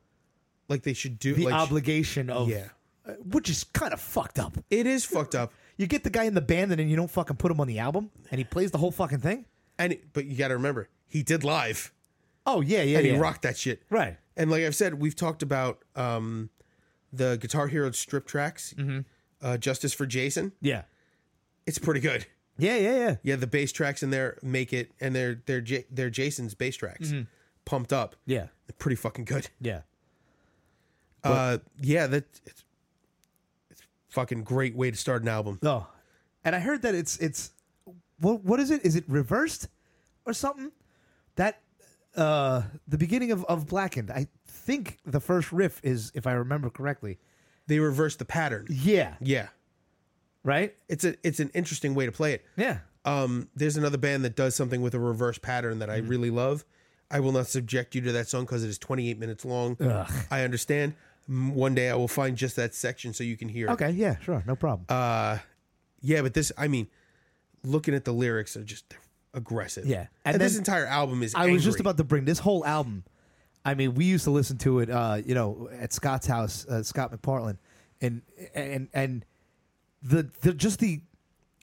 Speaker 2: like they should do.
Speaker 1: the
Speaker 2: like,
Speaker 1: obligation of
Speaker 2: Yeah.
Speaker 1: uh, which is kind of fucked up.
Speaker 2: it is fucked up.
Speaker 1: You get the guy in the band and then you don't fucking put him on the album, and he plays the whole fucking thing.
Speaker 2: And it- but you got to remember, he did live
Speaker 1: Oh yeah, yeah,
Speaker 2: and
Speaker 1: yeah.
Speaker 2: he rocked that shit.
Speaker 1: Right.
Speaker 2: And like I've said, we've talked about um, the Guitar Hero strip tracks.
Speaker 1: Mm-hmm.
Speaker 2: Uh, Justice for Jason.
Speaker 1: Yeah.
Speaker 2: It's pretty good.
Speaker 1: Yeah, yeah, yeah.
Speaker 2: Yeah, the bass tracks in there make it, and they're they're J- they're Jason's bass tracks, pumped up.
Speaker 1: Mm-hmm. Yeah.
Speaker 2: They're pretty fucking good.
Speaker 1: Yeah.
Speaker 2: Uh, yeah, that it's, it's fucking great way to start an album.
Speaker 1: No. And I heard that it's it's what what is it? Is it reversed or something? that uh the beginning of of Blackened. I think the first riff is, if I remember correctly,
Speaker 2: They reverse the pattern.
Speaker 1: yeah,
Speaker 2: Yeah.
Speaker 1: right,
Speaker 2: It's a it's an interesting way to play it.
Speaker 1: yeah.
Speaker 2: Um, there's another band that does something with a reverse pattern that I
Speaker 1: Mm-hmm.
Speaker 2: really love. I will not subject you to that song because it is 28 minutes long. I understand. Mm, One day I will find just that section so you can hear. it.
Speaker 1: Okay, yeah, sure, no problem.
Speaker 2: Uh, Yeah, but this, I mean, looking at the lyrics are just they're aggressive.
Speaker 1: Yeah.
Speaker 2: and,
Speaker 1: And
Speaker 2: this
Speaker 1: then-
Speaker 2: entire album is.
Speaker 1: I was just
Speaker 2: angry.
Speaker 1: about to bring this whole album. I mean, we used to listen to it, uh, you know, at Scott's house, uh, Scott McPartland, and and and the the just the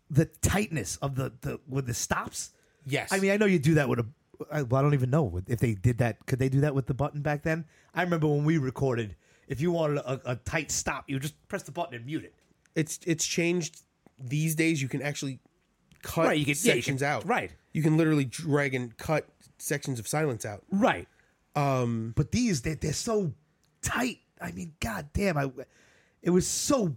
Speaker 1: the tightness of the the with the stops.
Speaker 2: Yes,
Speaker 1: I mean, I know you do that with a. I, well, I don't even know if they did that. Could they do that with the button back then? I remember when we recorded. If you wanted a, a tight stop, you just press the button and mute it.
Speaker 2: it's it's changed these days. You can actually cut
Speaker 1: Right, you can- yeah, you
Speaker 2: sections
Speaker 1: can-
Speaker 2: out.
Speaker 1: right.
Speaker 2: you can literally drag and cut sections of silence out.
Speaker 1: Right. Um. But these, they, they're so tight. I mean, god damn! I. It was so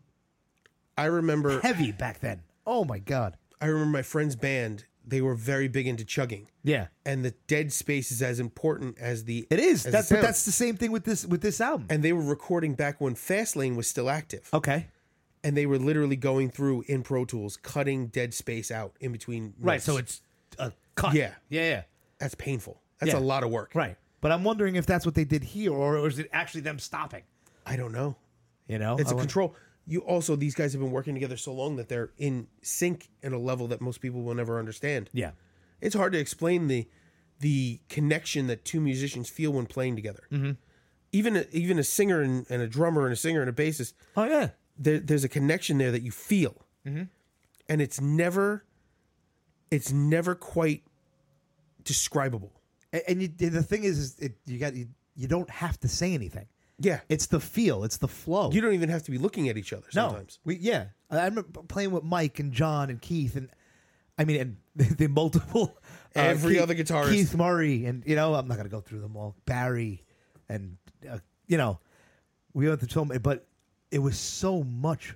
Speaker 2: I remember.
Speaker 1: heavy back then. Oh my god.
Speaker 2: I remember my friend's band. They were very big into chugging,
Speaker 1: Yeah.
Speaker 2: and the dead space is as important as the
Speaker 1: It is.
Speaker 2: as the
Speaker 1: That's but
Speaker 2: sound.
Speaker 1: that's the same thing with this with this album.
Speaker 2: And they were recording back when Fastlane was still active.
Speaker 1: Okay.
Speaker 2: and they were literally going through in Pro Tools, cutting dead space out in between.
Speaker 1: Right.
Speaker 2: notes.
Speaker 1: So it's a cut.
Speaker 2: Yeah.
Speaker 1: Yeah. Yeah.
Speaker 2: that's painful. That's
Speaker 1: Yeah.
Speaker 2: a lot of work.
Speaker 1: Right. But I'm wondering if that's what they did here, or, or is it actually them stopping?
Speaker 2: I don't know.
Speaker 1: You know,
Speaker 2: It's
Speaker 1: I
Speaker 2: a
Speaker 1: wonder-
Speaker 2: control. You also these guys have been working together so long that they're in sync at a level that most people will never understand.
Speaker 1: Yeah.
Speaker 2: It's hard to explain the the connection that two musicians feel when playing together.
Speaker 1: Mm-hmm.
Speaker 2: Even a, even a singer and, and a drummer and a singer and a bassist,
Speaker 1: Oh yeah.
Speaker 2: there, there's a connection there that you feel,
Speaker 1: Mm-hmm.
Speaker 2: and it's never it's never quite describable.
Speaker 1: And, and you, the thing is, is it, you got you, you don't have to say anything.
Speaker 2: Yeah,
Speaker 1: It's the feel. It's the flow.
Speaker 2: you don't even have to be looking at each other sometimes.
Speaker 1: No, we yeah. I, I remember playing with Mike and John and Keith and I mean and the, the multiple uh,
Speaker 2: Every
Speaker 1: Keith-
Speaker 2: other guitarist.
Speaker 1: Keith Murray and you know I'm not gonna go through them all. Barry and uh, you know we went through so many, but it was so much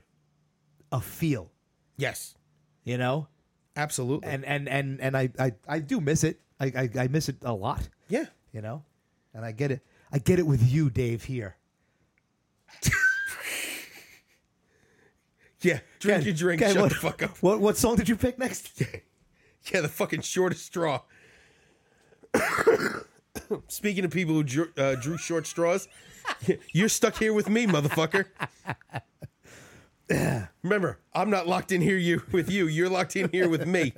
Speaker 1: a feel,
Speaker 2: Yes,
Speaker 1: you know.
Speaker 2: absolutely.
Speaker 1: And and and and I I, I do miss it. I, I I miss it a lot,
Speaker 2: yeah,
Speaker 1: you know. And I get it. I get it with you, Dave. Here.
Speaker 2: yeah. Drink
Speaker 1: Ken,
Speaker 2: your drink.
Speaker 1: Ken,
Speaker 2: shut
Speaker 1: what-
Speaker 2: the fuck up.
Speaker 1: What what song did you pick next?
Speaker 2: Yeah, the fucking shortest straw. Speaking of people who drew, uh, drew short straws, you're stuck here with me, motherfucker. Remember, I'm not locked in here you with you. You're locked in here with me.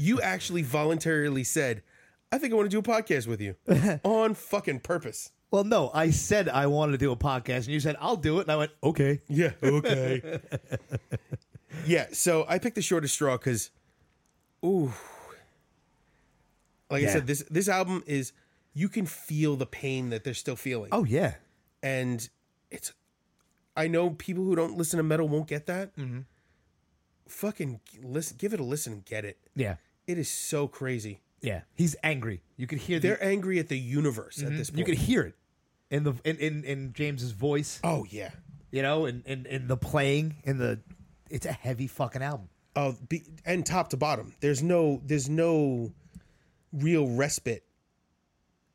Speaker 2: You actually voluntarily said, "I think I want to do a podcast with you," on fucking purpose.
Speaker 1: Well, no, I said I wanted to do a podcast, and you said I'll do it, and I went okay.
Speaker 2: Yeah. Okay. yeah. So I picked the shortest straw because, ooh, like I
Speaker 1: Yeah.
Speaker 2: said, this this album is you can feel the pain that they're still feeling,
Speaker 1: Oh yeah,
Speaker 2: and it's. I know people who don't listen to metal won't get that.
Speaker 1: Mm-hmm.
Speaker 2: Fucking listen, give it a listen and get it.
Speaker 1: yeah,
Speaker 2: It is so crazy.
Speaker 1: yeah. He's angry. You could hear the,
Speaker 2: They're angry at the universe at this
Speaker 1: Mm-hmm.
Speaker 2: point.
Speaker 1: you could hear it in the in, in in James's voice,
Speaker 2: oh yeah.
Speaker 1: you know, and in, in, the playing, in the. It's a heavy fucking album.
Speaker 2: Oh, be, and top to bottom, there's no there's no real respite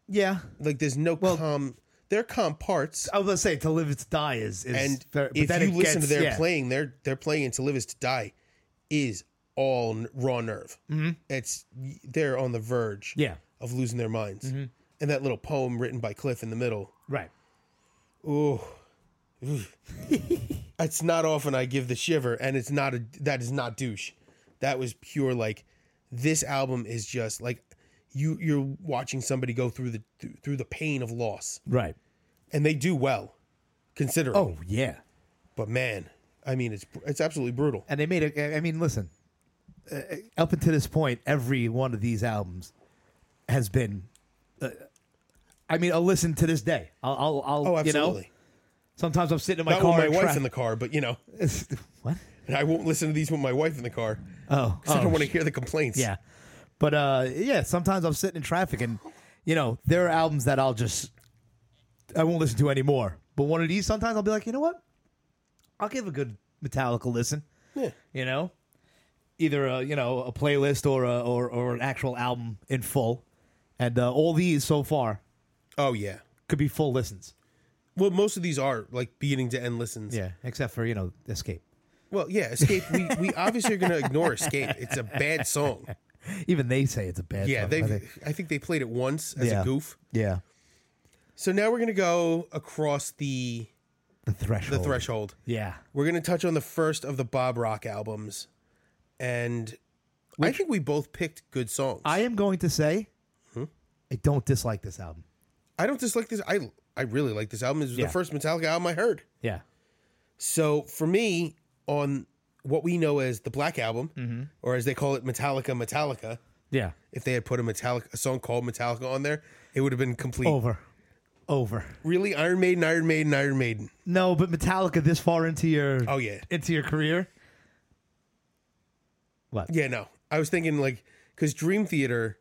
Speaker 1: Yeah,
Speaker 2: Like there's no calm. They're calm parts,
Speaker 1: I was gonna say to live is to die is is
Speaker 2: and
Speaker 1: very- but
Speaker 2: if
Speaker 1: then
Speaker 2: you
Speaker 1: it
Speaker 2: listen to
Speaker 1: gets-
Speaker 2: their
Speaker 1: yeah.
Speaker 2: playing, they're they're playing "To Live Is to Die" is all n- raw nerve. Mm-hmm. It's they're on the verge,
Speaker 1: Yeah. Mm-hmm.
Speaker 2: of losing their minds. And that little poem written by Cliff in the middle.
Speaker 1: right?
Speaker 2: Ooh. Oof. it's not often I give the shiver, and it's not a that is not douche. That was pure like this album is just like you you're watching somebody go through the through the pain of loss
Speaker 1: Right.
Speaker 2: and they do well, considering.
Speaker 1: Oh yeah,
Speaker 2: but man, I mean, it's it's absolutely brutal.
Speaker 1: and they made it. I mean, listen, uh, up until this point, every one of these albums has been. Uh, I mean, I'll listen to this day. I'll, I'll, I'll
Speaker 2: Oh,
Speaker 1: you know,
Speaker 2: absolutely.
Speaker 1: Sometimes I'm sitting in my
Speaker 2: Not
Speaker 1: car.
Speaker 2: with my
Speaker 1: and
Speaker 2: wife
Speaker 1: tra-
Speaker 2: in the car, but you know,
Speaker 1: what?
Speaker 2: I won't listen to these with my wife in the car.
Speaker 1: Oh,
Speaker 2: 'cause I
Speaker 1: oh,
Speaker 2: don't want to hear the complaints.
Speaker 1: yeah. But uh, yeah, sometimes I'm sitting in traffic, and you know, there are albums that I'll just I won't listen to anymore. But one of these, sometimes I'll be like, you know what? I'll give a good Metallica listen.
Speaker 2: Yeah.
Speaker 1: You know, either a you know a playlist or a or or an actual album in full, and uh, all these so far
Speaker 2: Oh yeah.
Speaker 1: could be full listens.
Speaker 2: Well, most of these are like beginning to end listens.
Speaker 1: Yeah, except for you know Escape.
Speaker 2: Well, yeah, Escape. We, we obviously are going to ignore Escape. It's a bad song.
Speaker 1: Even they say it's a bad.
Speaker 2: Yeah,
Speaker 1: song,
Speaker 2: they.
Speaker 1: I think.
Speaker 2: I think they played it once as
Speaker 1: Yeah.
Speaker 2: a goof.
Speaker 1: Yeah,
Speaker 2: So now we're going to go across the
Speaker 1: the threshold.
Speaker 2: the threshold.
Speaker 1: Yeah,
Speaker 2: We're going to touch on the first of the Bob Rock albums, and I think we both picked good songs.
Speaker 1: I am going to say,
Speaker 2: Hmm?
Speaker 1: I don't dislike this album.
Speaker 2: I don't dislike this. I I really like this album. It was
Speaker 1: Yeah.
Speaker 2: the first Metallica album I heard.
Speaker 1: Yeah,
Speaker 2: So for me, on what we know as the Black Album,
Speaker 1: Mm-hmm.
Speaker 2: or as they call it, Metallica, Metallica.
Speaker 1: yeah.
Speaker 2: If they had put a Metallica a song called Metallica on there, it would have been complete.
Speaker 1: Over, over.
Speaker 2: Really, Iron Maiden, Iron Maiden, Iron Maiden.
Speaker 1: No, but Metallica this far into your
Speaker 2: Oh yeah,
Speaker 1: into your career. What?
Speaker 2: yeah. No, I was thinking like because Dream Theater,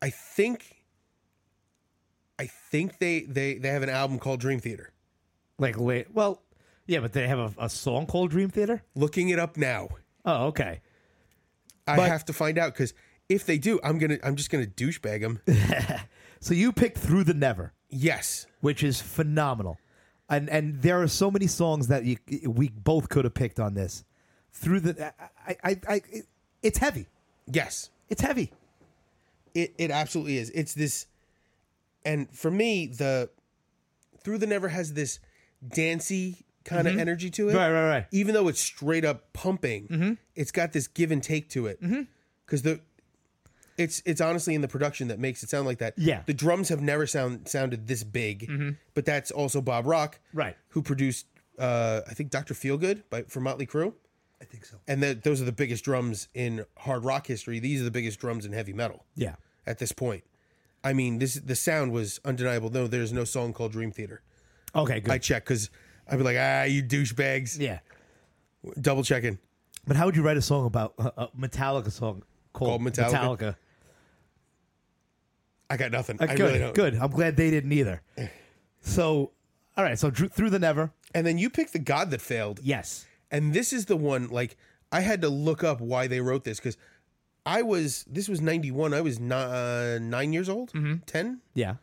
Speaker 2: I think, I think they they they have an album called Dream Theater.
Speaker 1: Like wait, well, yeah, but they have a, a song called Dream Theater.
Speaker 2: Looking it up now,
Speaker 1: Oh, okay.
Speaker 2: I
Speaker 1: But-
Speaker 2: have to find out because if they do, I'm gonna I'm just gonna douchebag them.
Speaker 1: So you picked Through the Never,
Speaker 2: yes,
Speaker 1: which is phenomenal, and and there are so many songs that you, we both could have picked on this. Through the, I, I, I, it- it's heavy.
Speaker 2: yes.
Speaker 1: It's heavy.
Speaker 2: It it absolutely is. It's this, and for me, the through the never has this dancey kind of energy to it.
Speaker 1: Mm-hmm. Right, right, right.
Speaker 2: Even though it's straight up pumping,
Speaker 1: Mm-hmm.
Speaker 2: it's got this give and take to it. Because the it's it's honestly in the production that makes it sound like that.
Speaker 1: Yeah. Mm-hmm.
Speaker 2: the drums have never sound sounded this big, but that's also Bob Rock,
Speaker 1: Right.
Speaker 2: Who produced uh, I think Doctor Feelgood by for Motley Crue.
Speaker 1: I think so.
Speaker 2: And that those are the biggest drums in hard rock history. These are the biggest drums in heavy metal
Speaker 1: Yeah.
Speaker 2: at this point. I mean, this the sound was undeniable. No, there's no song called Dream Theater.
Speaker 1: Okay. Good.
Speaker 2: I checked because I'd be like, ah, you douchebags.
Speaker 1: yeah.
Speaker 2: Double checking.
Speaker 1: But how would you write a song about a a Metallica song called,
Speaker 2: Called Metallica?
Speaker 1: Metallica?
Speaker 2: I got nothing. I
Speaker 1: Uh, good,
Speaker 2: really don't.
Speaker 1: good. I'm glad they didn't either. So, all right. So Drew, through the never.
Speaker 2: And then you picked the God that failed,
Speaker 1: Yes.
Speaker 2: and this is the one. Like I had to look up why they wrote this because I was this was '91. I was ni- uh, nine years old,
Speaker 1: Mm-hmm.
Speaker 2: ten,
Speaker 1: Yeah.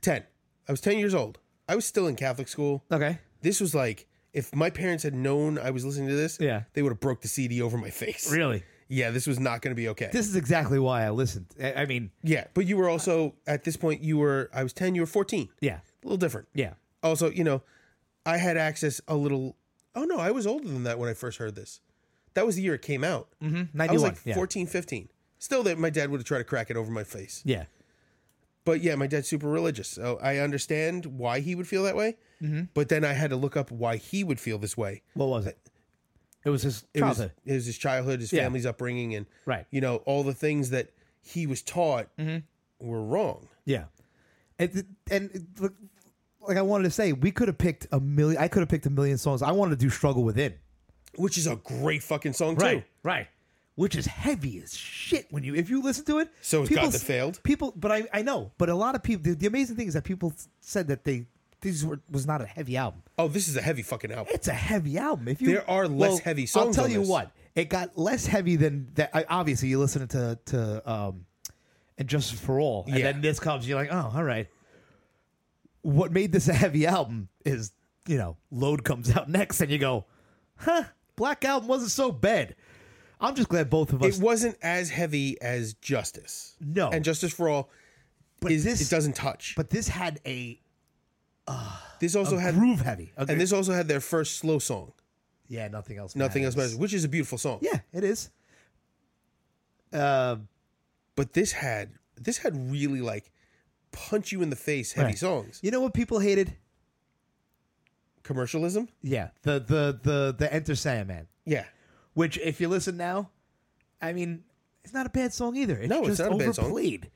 Speaker 2: ten. I was ten years old. I was still in Catholic school.
Speaker 1: Okay.
Speaker 2: This was like if my parents had known I was listening to this,
Speaker 1: Yeah.
Speaker 2: they would have broke the CD over my face.
Speaker 1: Really.
Speaker 2: Yeah, this was not going to be okay.
Speaker 1: This is exactly why I listened. I, I mean,
Speaker 2: Yeah, but you were also at this point you were I was 10, you were 14.
Speaker 1: yeah,
Speaker 2: A little different.
Speaker 1: yeah.
Speaker 2: Also, you know, I had access a little Oh no, I was older than that when I first heard this. That was the year it came out. I
Speaker 1: 91.
Speaker 2: was like
Speaker 1: Mm-hmm. yeah.
Speaker 2: 14, 15. Still that my dad would have tried to crack it over my face.
Speaker 1: Yeah.
Speaker 2: But yeah, my dad's super religious. So I understand why he would feel that way.
Speaker 1: Mm-hmm.
Speaker 2: But then I had to look up why he would feel this way.
Speaker 1: What was it? It was his
Speaker 2: It was,
Speaker 1: childhood.
Speaker 2: it was his childhood, his
Speaker 1: Yeah.
Speaker 2: family's upbringing and
Speaker 1: Right. Mm-hmm.
Speaker 2: you know, all the things that he was taught were wrong.
Speaker 1: yeah. And, and look, like I wanted to say, we could have picked a million. I could have picked a million songs. I wanted to do "Struggle Within."
Speaker 2: Which is a great fucking song too.
Speaker 1: Right. Which is heavy as shit when you if you listen to it.
Speaker 2: So is God
Speaker 1: people-
Speaker 2: That Failed?
Speaker 1: People, but I I know, but a lot of people. The, the amazing thing is that people said that they these were was not a heavy album.
Speaker 2: Oh, this is a heavy fucking album.
Speaker 1: It's a heavy album. If you
Speaker 2: There are less heavy
Speaker 1: I'll
Speaker 2: songs
Speaker 1: tell
Speaker 2: on
Speaker 1: you
Speaker 2: this.
Speaker 1: what, it got less heavy than that. I, obviously, you listen to to um, and Justice for All, and
Speaker 2: Yeah.
Speaker 1: then this comes, you're like, oh, all right. What made this a heavy album is you know Load comes out next, and you go, huh, Black Album wasn't so bad. I'm just glad both of us
Speaker 2: It wasn't as heavy as Justice.
Speaker 1: No.
Speaker 2: And Justice for All
Speaker 1: Oh. But
Speaker 2: is
Speaker 1: this-
Speaker 2: it doesn't touch. But
Speaker 1: But this had a
Speaker 2: this also had
Speaker 1: groove heavy.
Speaker 2: and this also had their first slow song.
Speaker 1: yeah, nothing else.
Speaker 2: Nothing else
Speaker 1: matters.
Speaker 2: matters, which is a beautiful song.
Speaker 1: Yeah, it is. Uh,
Speaker 2: But this had this had really like punch you in the face heavy
Speaker 1: Right.
Speaker 2: songs.
Speaker 1: you know what people hated?
Speaker 2: Commercialism?
Speaker 1: Yeah, the the the the Enter Sandman,
Speaker 2: Yeah.
Speaker 1: which if you listen now, I mean, it's not a bad song either. It's
Speaker 2: No, it's
Speaker 1: just
Speaker 2: not a bad song.
Speaker 1: overplayed.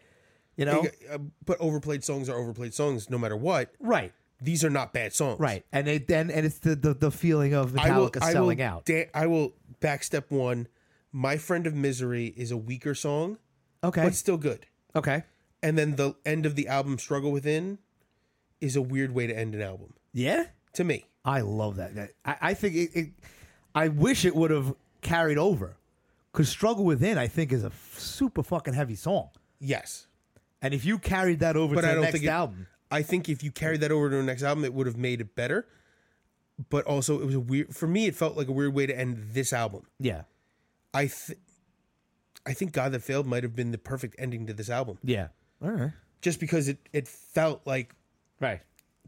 Speaker 1: You know,
Speaker 2: Uh, But overplayed songs are overplayed songs no matter what.
Speaker 1: right,
Speaker 2: These are not bad songs.
Speaker 1: right, and it then and it's the the, the feeling of
Speaker 2: I will,
Speaker 1: Metallica
Speaker 2: I will
Speaker 1: selling out.
Speaker 2: da- I will backstep one. My friend of misery is a weaker song,
Speaker 1: okay,
Speaker 2: but still good.
Speaker 1: okay,
Speaker 2: and then the end of the album struggle within is a weird way to end an album
Speaker 1: yeah,
Speaker 2: to me
Speaker 1: I love that. That- I, I think it, it. I wish it would have carried over because "Struggle Within" I think is a f- super fucking heavy song,
Speaker 2: yes
Speaker 1: And if you carried that over
Speaker 2: But
Speaker 1: to
Speaker 2: I
Speaker 1: the
Speaker 2: don't
Speaker 1: next
Speaker 2: think it-
Speaker 1: album,
Speaker 2: I think if you carried that over to the next album, it would have made it better. But also, it was a weird. For me, it felt like a weird way to end this album.
Speaker 1: yeah,
Speaker 2: I, th- I think God That Failed might have been the perfect ending to this album,
Speaker 1: yeah, all right,
Speaker 2: just because it it felt like
Speaker 1: right,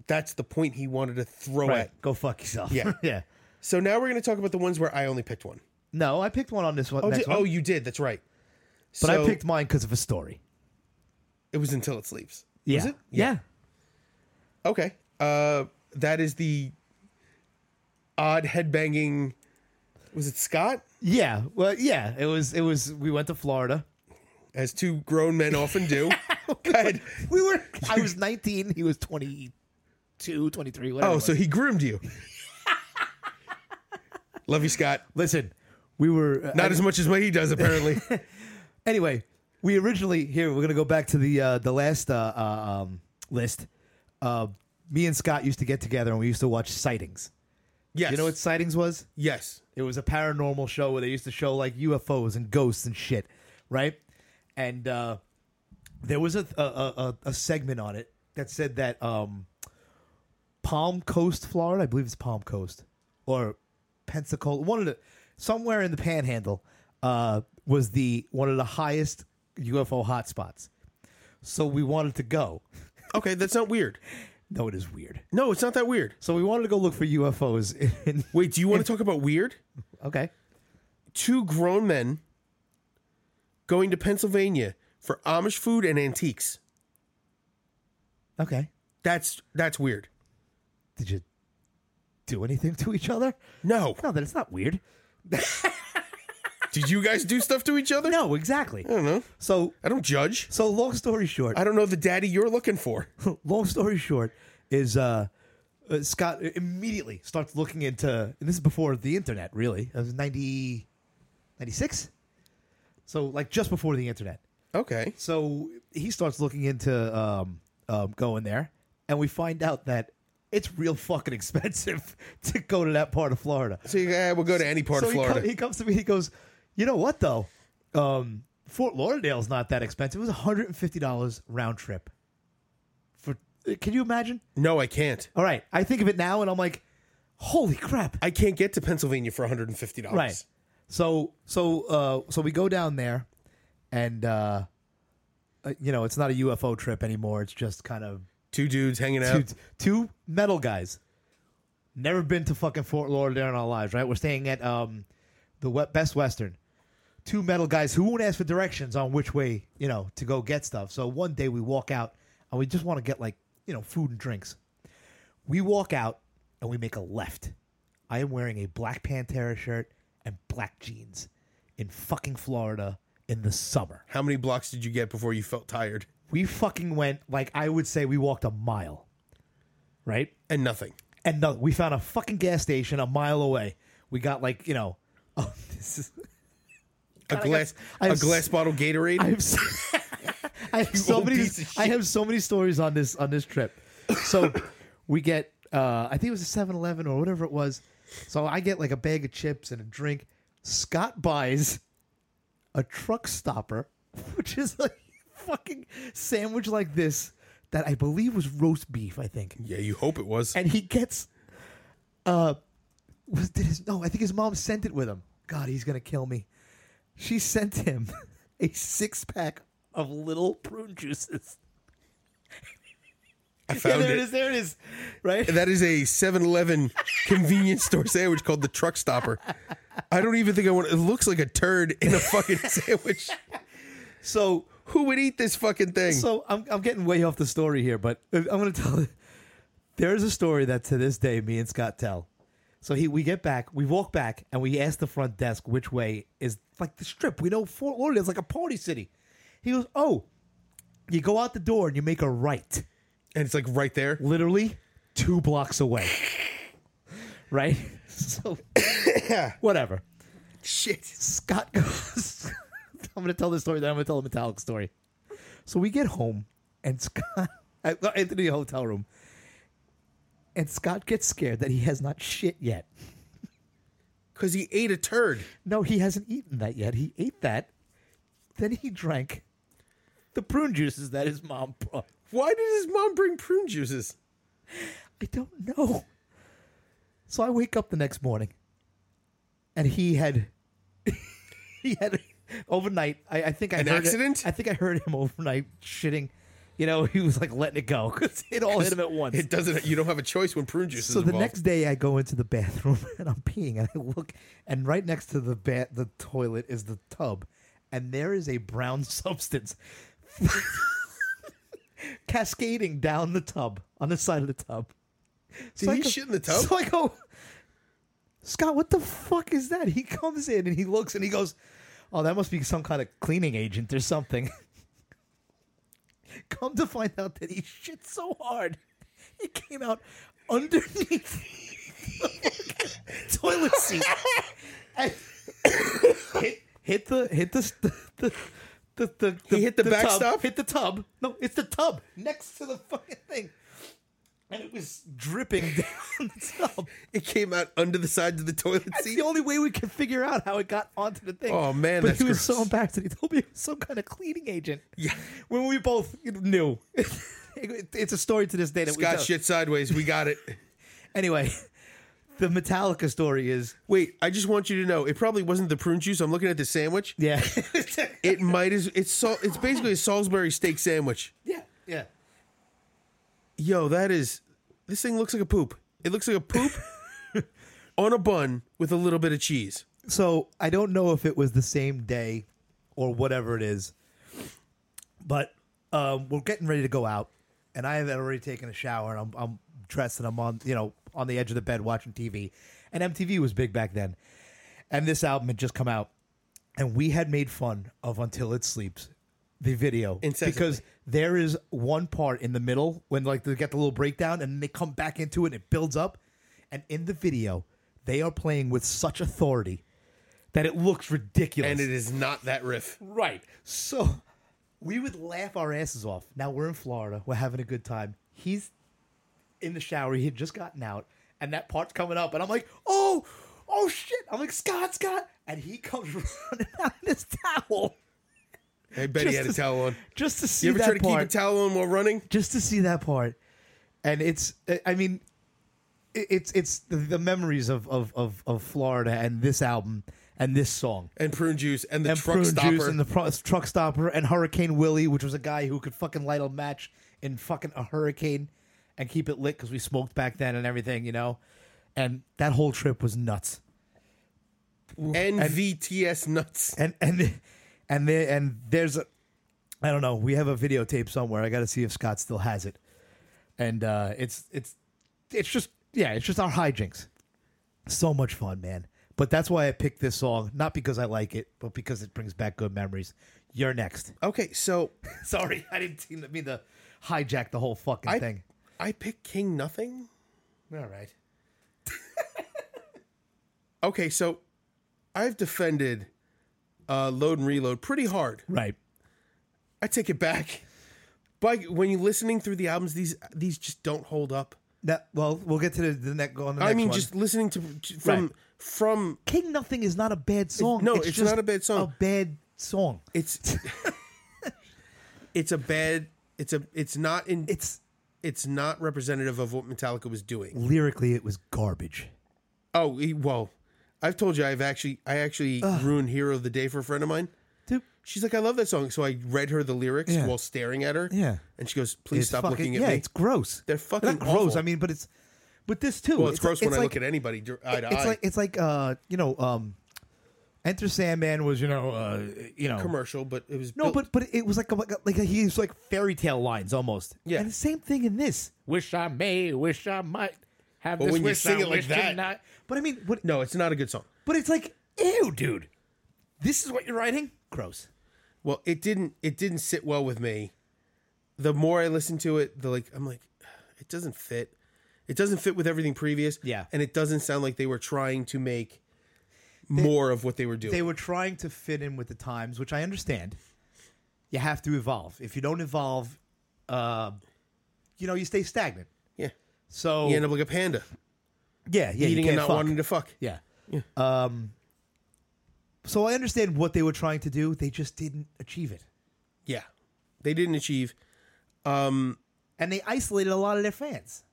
Speaker 2: that's the point he wanted to throw
Speaker 1: right.
Speaker 2: at.
Speaker 1: Go fuck yourself.
Speaker 2: Yeah.
Speaker 1: yeah.
Speaker 2: So now we're going to talk about the ones where I only picked one.
Speaker 1: No, I picked one on this one.
Speaker 2: Oh,
Speaker 1: next
Speaker 2: did-
Speaker 1: one,
Speaker 2: oh, you did. That's right.
Speaker 1: but
Speaker 2: So
Speaker 1: I picked mine because of a story.
Speaker 2: it was until it sleeps.
Speaker 1: Yeah,
Speaker 2: Was it?
Speaker 1: yeah,
Speaker 2: Okay. Uh, that is the odd headbanging. Was it Scott?
Speaker 1: yeah. Well, yeah. It was. It was. We went to Florida.
Speaker 2: As two grown men often do. God.
Speaker 1: We were. I was 19. He was 22, 23. Whatever. it
Speaker 2: Oh,
Speaker 1: was.
Speaker 2: so he groomed you. Love you, Scott.
Speaker 1: listen, we were uh,
Speaker 2: Not as much as what he does, apparently.
Speaker 1: anyway, we originally here we're gonna go back to the uh, the last uh, uh, um, list. Uh, me and Scott used to get together and we used to watch sightings.
Speaker 2: Yes.
Speaker 1: You know what sightings was?
Speaker 2: Yes.
Speaker 1: It was a paranormal show where they used to show like UFOs and ghosts and shit, right? And uh, there was a a, a a segment on it that said that um, Palm Coast, Florida, I believe it's Palm Coast or Pensacola, one of the somewhere in the Panhandle uh, was the one of the highest UFO hotspots. So we wanted to go.
Speaker 2: Okay, that's not weird.
Speaker 1: No, it is weird.
Speaker 2: No, it's not that weird.
Speaker 1: So we wanted to go look for UFOs. In,
Speaker 2: Wait, do you want to talk about weird?
Speaker 1: okay.
Speaker 2: Two grown men going to Pennsylvania for Amish food and antiques.
Speaker 1: Okay.
Speaker 2: That's that's weird.
Speaker 1: did you do anything to each other?
Speaker 2: No.
Speaker 1: No, that it's not weird.
Speaker 2: Did you guys do stuff to each other?
Speaker 1: No, exactly. I don't
Speaker 2: know.
Speaker 1: So,
Speaker 2: I don't judge.
Speaker 1: so long story short,
Speaker 2: I don't know the daddy you're looking for.
Speaker 1: long story short is uh, uh, Scott immediately starts looking into, and this is before the internet, really. It was 90, 96? So, like just before the internet.
Speaker 2: Okay.
Speaker 1: So he starts looking into um, um, going there, and we find out that it's real fucking expensive to go to that part of Florida.
Speaker 2: So you, eh, we'll go to any part
Speaker 1: so
Speaker 2: of
Speaker 1: he co-
Speaker 2: Florida.
Speaker 1: He, comes to me. He goes, "You know what though? Um, Fort Lauderdale's not that expensive. It was 150 dollars round trip. For uh, can you imagine?
Speaker 2: no, I can't.
Speaker 1: All right, I think of it now, and I'm like, holy crap!
Speaker 2: I can't get to Pennsylvania for $150.
Speaker 1: Right. So so uh, so we go down there, and uh, uh, you know it's not a UFO trip anymore. It's just kind of
Speaker 2: Two dudes hanging out.
Speaker 1: two, two metal guys. Never been to fucking Fort Lauderdale in our lives, right? We're staying at um, the we- Best Western. Two metal guys who won't ask for directions on which way, you know, to go get stuff. So one day we walk out and we just want to get like, you know, food and drinks. We walk out and we make a left. I am wearing a Black Pantera shirt and black jeans in fucking Florida in the summer.
Speaker 2: How many blocks did you get before you felt tired?
Speaker 1: We fucking went like I would say we walked a mile. Right?
Speaker 2: And nothing.
Speaker 1: and no, we found a fucking gas station a mile away. We got like you know, oh, this is
Speaker 2: A
Speaker 1: I
Speaker 2: glass
Speaker 1: got- I
Speaker 2: a
Speaker 1: have
Speaker 2: glass bottle Gatorade.
Speaker 1: I have so, I have so
Speaker 2: old
Speaker 1: many
Speaker 2: piece of
Speaker 1: I have so many stories on this on this trip. So we get uh, I think it was a 7-Eleven or whatever it was. So I get like a bag of chips and a drink. Scott buys a truck stopper, which is a fucking sandwich like this that I believe was roast beef. I think.
Speaker 2: yeah, you hope it was.
Speaker 1: and he gets uh was did his no i think his mom sent it with him god he's gonna kill me she sent him a six-pack of little prune juices
Speaker 2: I found
Speaker 1: yeah, there
Speaker 2: it.
Speaker 1: it is there it is right
Speaker 2: That is a 7-Eleven convenience store sandwich called the Truck Stopper. I don't even think I want. It looks like a turd in a fucking sandwich.
Speaker 1: so
Speaker 2: Who would eat this fucking thing?
Speaker 1: so I'm, I'm getting way off the story here but uh, i'm gonna tell there's a story that to this day me and scott tell so he we get back we walk back and we ask the front desk which way is like the strip we know fort lauderdale's like a party city he goes oh you go out the door and you make a right
Speaker 2: and it's like right there.
Speaker 1: literally two blocks away. right? So, whatever.
Speaker 2: Shit.
Speaker 1: Scott goes. I'm going to tell this story, then I'm going to tell the Metallic story. So we get home, and Scott, I I enter the hotel room, and Scott gets scared that he has not shit yet.
Speaker 2: Because he ate a turd.
Speaker 1: No, he hasn't eaten that yet. He ate that, then he drank the prune juices that his mom brought.
Speaker 2: Why did his mom bring prune juices?
Speaker 1: I don't know. So I wake up the next morning, and he had he had overnight. I, I think I
Speaker 2: An
Speaker 1: heard it-
Speaker 2: accident?
Speaker 1: I think I heard him overnight shitting. You know, he was like letting it go because it all hit him at once.
Speaker 2: It doesn't. You don't have a choice when prune juice is
Speaker 1: so the
Speaker 2: involved.
Speaker 1: next day, I go into the bathroom and I'm peeing, and I look, and right next to the ba- the toilet is the tub, and there is a brown substance cascading down the tub on the side of the tub.
Speaker 2: Did
Speaker 1: So I
Speaker 2: he
Speaker 1: go-
Speaker 2: shit in the tub?
Speaker 1: So I go, Scott, what the fuck is that? He comes in and he looks and he goes, Oh, that must be some kind of cleaning agent or something. Come to find out that he shit so hard, it came out underneath the toilet seat. And hit, hit the hit the the the, the, the
Speaker 2: He hit the
Speaker 1: tub,
Speaker 2: backstop?
Speaker 1: Hit the tub. No, it's the tub next to the fucking thing, and it was dripping down the tub.
Speaker 2: it came out under the sides of the toilet
Speaker 1: That's
Speaker 2: seat.
Speaker 1: the only way we could figure out how it got onto the thing.
Speaker 2: Oh, man,
Speaker 1: But
Speaker 2: that's
Speaker 1: he was so
Speaker 2: gross.
Speaker 1: embarrassed that he told me it was some kind of cleaning agent.
Speaker 2: Yeah.
Speaker 1: when we both knew. It- it's a story to this day that we
Speaker 2: Scott
Speaker 1: tell.
Speaker 2: shit sideways. We got it.
Speaker 1: Anyway, the Metallica story is
Speaker 2: Wait, I just want you to know it probably wasn't the prune juice. I'm looking at the sandwich.
Speaker 1: yeah,
Speaker 2: It might as it's so it's basically a Salisbury steak sandwich.
Speaker 1: yeah, yeah.
Speaker 2: Yo, that is this thing looks like a poop. It looks like a poop on a bun with a little bit of cheese.
Speaker 1: So I don't know if it was the same day or whatever it is, but um, we're getting ready to go out, and I have already taken a shower, and I'm, I'm dressed, and I'm on you know on the edge of the bed watching TV, and MTV was big back then, and this album had just come out, and we had made fun of Until It Sleeps, the video,
Speaker 2: Incessantly.
Speaker 1: because there is one part in the middle when like they get the little breakdown, and they come back into it, and it builds up, and in the video they are playing with such authority that it looks ridiculous.
Speaker 2: And it is not that riff.
Speaker 1: Right. So we would laugh our asses off. Now we're in Florida. We're having a good time. He's in the shower. He had just gotten out, and that part's coming up. And I'm like, oh, oh shit. I'm like, Scott, Scott. And he comes running out in his towel
Speaker 2: I bet he
Speaker 1: Just
Speaker 2: had a
Speaker 1: as-
Speaker 2: towel on.
Speaker 1: just to see
Speaker 2: You ever
Speaker 1: that
Speaker 2: try to
Speaker 1: part.
Speaker 2: keep a towel on while running?
Speaker 1: just to see that part. And it's, I- I mean, it- it's it's the, the memories of, of of of Florida and this album and this song.
Speaker 2: And prune juice and the
Speaker 1: and
Speaker 2: truck
Speaker 1: prune
Speaker 2: stopper.
Speaker 1: juice and the pro- truck stopper and Hurricane Willie, which was a guy who could fucking light a match in fucking a hurricane and keep it lit because we smoked back then and everything, you know. And that whole trip was nuts.
Speaker 2: NVTS nuts.
Speaker 1: And and and there and there's a, I don't know. We have a videotape somewhere. I got to see if Scott still has it. And uh, it's it's it's just yeah, it's just our hijinks. So much fun, man. But that's why I picked this song, not because I like it, but because it brings back good memories. You're next.
Speaker 2: Okay, so
Speaker 1: Sorry, I didn't seem to mean to hijack the whole fucking
Speaker 2: I
Speaker 1: thing.
Speaker 2: I picked King Nothing.
Speaker 1: All right.
Speaker 2: Okay, so I've defended uh, load and reload pretty hard.
Speaker 1: Right.
Speaker 2: I take it back. But when you're listening through the albums, these these just don't hold up.
Speaker 1: That, well, we'll get to the, the next go on the next
Speaker 2: I mean,
Speaker 1: one.
Speaker 2: just listening to to- from
Speaker 1: Right.
Speaker 2: from
Speaker 1: King Nothing is not a bad song.
Speaker 2: no, it's
Speaker 1: just
Speaker 2: not a bad song.
Speaker 1: A bad song.
Speaker 2: it's it's a bad it's a it's not in it's,
Speaker 1: It's
Speaker 2: not representative of what Metallica was doing.
Speaker 1: lyrically, it was garbage.
Speaker 2: Oh he- well, I've told you I've actually I actually ruined Hero of the Day for a friend of mine.
Speaker 1: Dude,
Speaker 2: She's like, I love that song. So I read her the lyrics
Speaker 1: Yeah.
Speaker 2: while staring at her.
Speaker 1: Yeah.
Speaker 2: and she goes, Please
Speaker 1: it's
Speaker 2: stop
Speaker 1: fucking,
Speaker 2: looking at
Speaker 1: yeah,
Speaker 2: me.
Speaker 1: it's gross.
Speaker 2: They're fucking
Speaker 1: not gross.
Speaker 2: awful.
Speaker 1: I mean, but it's but this too.
Speaker 2: well, it's, gross when I
Speaker 1: like,
Speaker 2: look at anybody dir- eye to
Speaker 1: It's
Speaker 2: eye.
Speaker 1: like it's like uh you know um, Enter Sandman was you know uh you know
Speaker 2: commercial, but it was
Speaker 1: No,
Speaker 2: built-
Speaker 1: but but it was like a, like a, like a, he used like fairy tale lines almost.
Speaker 2: Yeah.
Speaker 1: And the same thing in this. Wish I may, wish I might have
Speaker 2: But when you sing it like that-
Speaker 1: not. But I mean, what,
Speaker 2: no, it's not a good song.
Speaker 1: but it's like, ew, dude. This is what you're writing? Gross.
Speaker 2: Well, it didn't it didn't sit well with me. The more I listen to it, the like I'm like, it doesn't fit. It doesn't fit with everything previous.
Speaker 1: Yeah.
Speaker 2: and it doesn't sound like they were trying to make more of what they were doing.
Speaker 1: They were trying to fit in with the times, which I understand. You have to evolve. If you don't evolve, uh, you know, you stay stagnant.
Speaker 2: yeah,
Speaker 1: So
Speaker 2: you end up like a panda
Speaker 1: yeah, yeah, you
Speaker 2: eating
Speaker 1: can't
Speaker 2: and not
Speaker 1: Oh. fuck.
Speaker 2: wanting to fuck.
Speaker 1: Yeah. Um. So I understand what they were trying to do. They just didn't achieve it.
Speaker 2: Yeah, They didn't achieve. um,
Speaker 1: and they isolated a lot of their fans.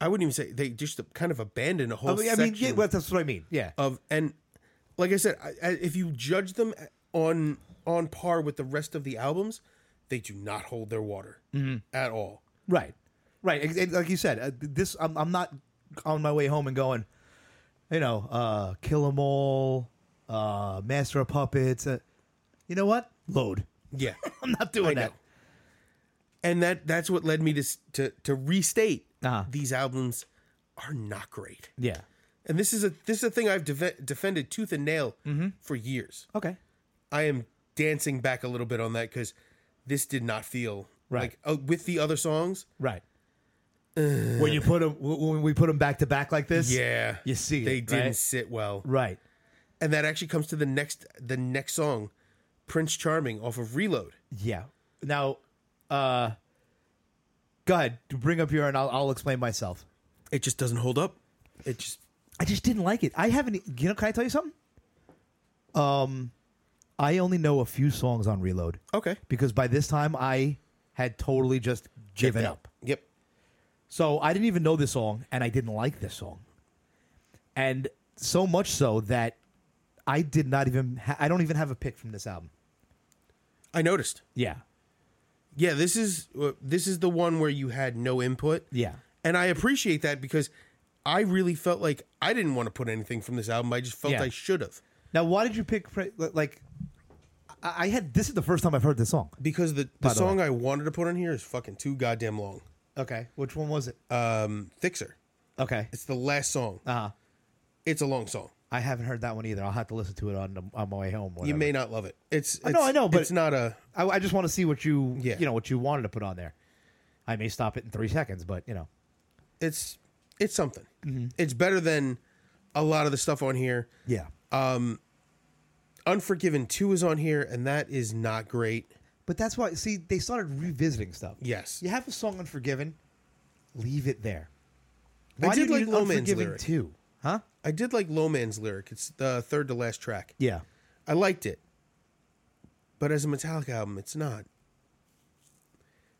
Speaker 2: I wouldn't even say they just kind of abandoned a whole.
Speaker 1: I mean, I
Speaker 2: section. Oh.
Speaker 1: mean yeah, well, that's what I mean. Yeah,
Speaker 2: of and like I said, I, I, if you judge them on on par with the rest of the albums, they do not hold their water
Speaker 1: Mm-hmm.
Speaker 2: at all.
Speaker 1: right, right. Ex- ex- Like you said, uh, this I'm, I'm not on my way home and going, you know, uh, Kill 'Em All, uh, Master of Puppets. Uh, you know what? Load.
Speaker 2: Yeah,
Speaker 1: I'm not doing that.
Speaker 2: and that that's what led me to s- to to restate
Speaker 1: Uh-huh.
Speaker 2: these albums are not great.
Speaker 1: Yeah.
Speaker 2: And this is a this is a thing I've def- defended tooth and nail
Speaker 1: Mm-hmm.
Speaker 2: for years.
Speaker 1: Okay.
Speaker 2: I am dancing back a little bit on that because this did not feel
Speaker 1: Right.
Speaker 2: like uh, with the other songs.
Speaker 1: Right. when you put them, when we put them back to back like this,
Speaker 2: Yeah,
Speaker 1: you see
Speaker 2: they
Speaker 1: it,
Speaker 2: didn't
Speaker 1: right?
Speaker 2: sit well.
Speaker 1: right.
Speaker 2: and that actually comes to the next the next song prince charming off of reload
Speaker 1: Yeah. Now, uh, go ahead, bring up your, and I'll, I'll explain myself.
Speaker 2: it just doesn't hold up it just
Speaker 1: I just didn't like it. I haven't. e, You know, can I tell you something? Um, I only know a few songs on Reload
Speaker 2: okay
Speaker 1: because by this time I had totally just given up.
Speaker 2: yep
Speaker 1: So I didn't even know this song, and I didn't like this song, and so much so that I did not even. Ha- I don't even have a pick from this album.
Speaker 2: i noticed
Speaker 1: Yeah,
Speaker 2: yeah this is uh, this is the one where you had no input
Speaker 1: yeah,
Speaker 2: and i appreciate that because i really felt like i didn't want to put anything from this album i just felt
Speaker 1: Yeah.
Speaker 2: i should have
Speaker 1: Now, why did you pick Pre- like? I I had this is the first time I've heard this song.
Speaker 2: because the, the
Speaker 1: the
Speaker 2: song i wanted to put on here is fucking too goddamn long
Speaker 1: Okay, which one was it?
Speaker 2: um fixer
Speaker 1: okay,
Speaker 2: it's the last song
Speaker 1: uh,
Speaker 2: it's a long song
Speaker 1: I haven't heard that one either. I'll have to listen to it on the, on my way home.
Speaker 2: you
Speaker 1: whatever.
Speaker 2: may not love it it's, it's
Speaker 1: know, I know, but-
Speaker 2: it's not a
Speaker 1: I, I just want to see what you
Speaker 2: Yeah.
Speaker 1: you know what you wanted to put on there. I may stop it in three seconds, but you know,
Speaker 2: it's it's something.
Speaker 1: Mm-hmm.
Speaker 2: It's better than a lot of the stuff on here.
Speaker 1: yeah.
Speaker 2: Unforgiven two is on here, and that is not great.
Speaker 1: But that's why. See, they started revisiting stuff.
Speaker 2: Yes,
Speaker 1: You have a song Unforgiven, leave it there. Why
Speaker 2: did
Speaker 1: do you
Speaker 2: like
Speaker 1: need
Speaker 2: Loman's
Speaker 1: Unforgiven
Speaker 2: lyric.
Speaker 1: too? Huh?
Speaker 2: I did like Lowman's lyric. It's the third to last track.
Speaker 1: Yeah.
Speaker 2: I liked it, but as a Metallica album, it's not.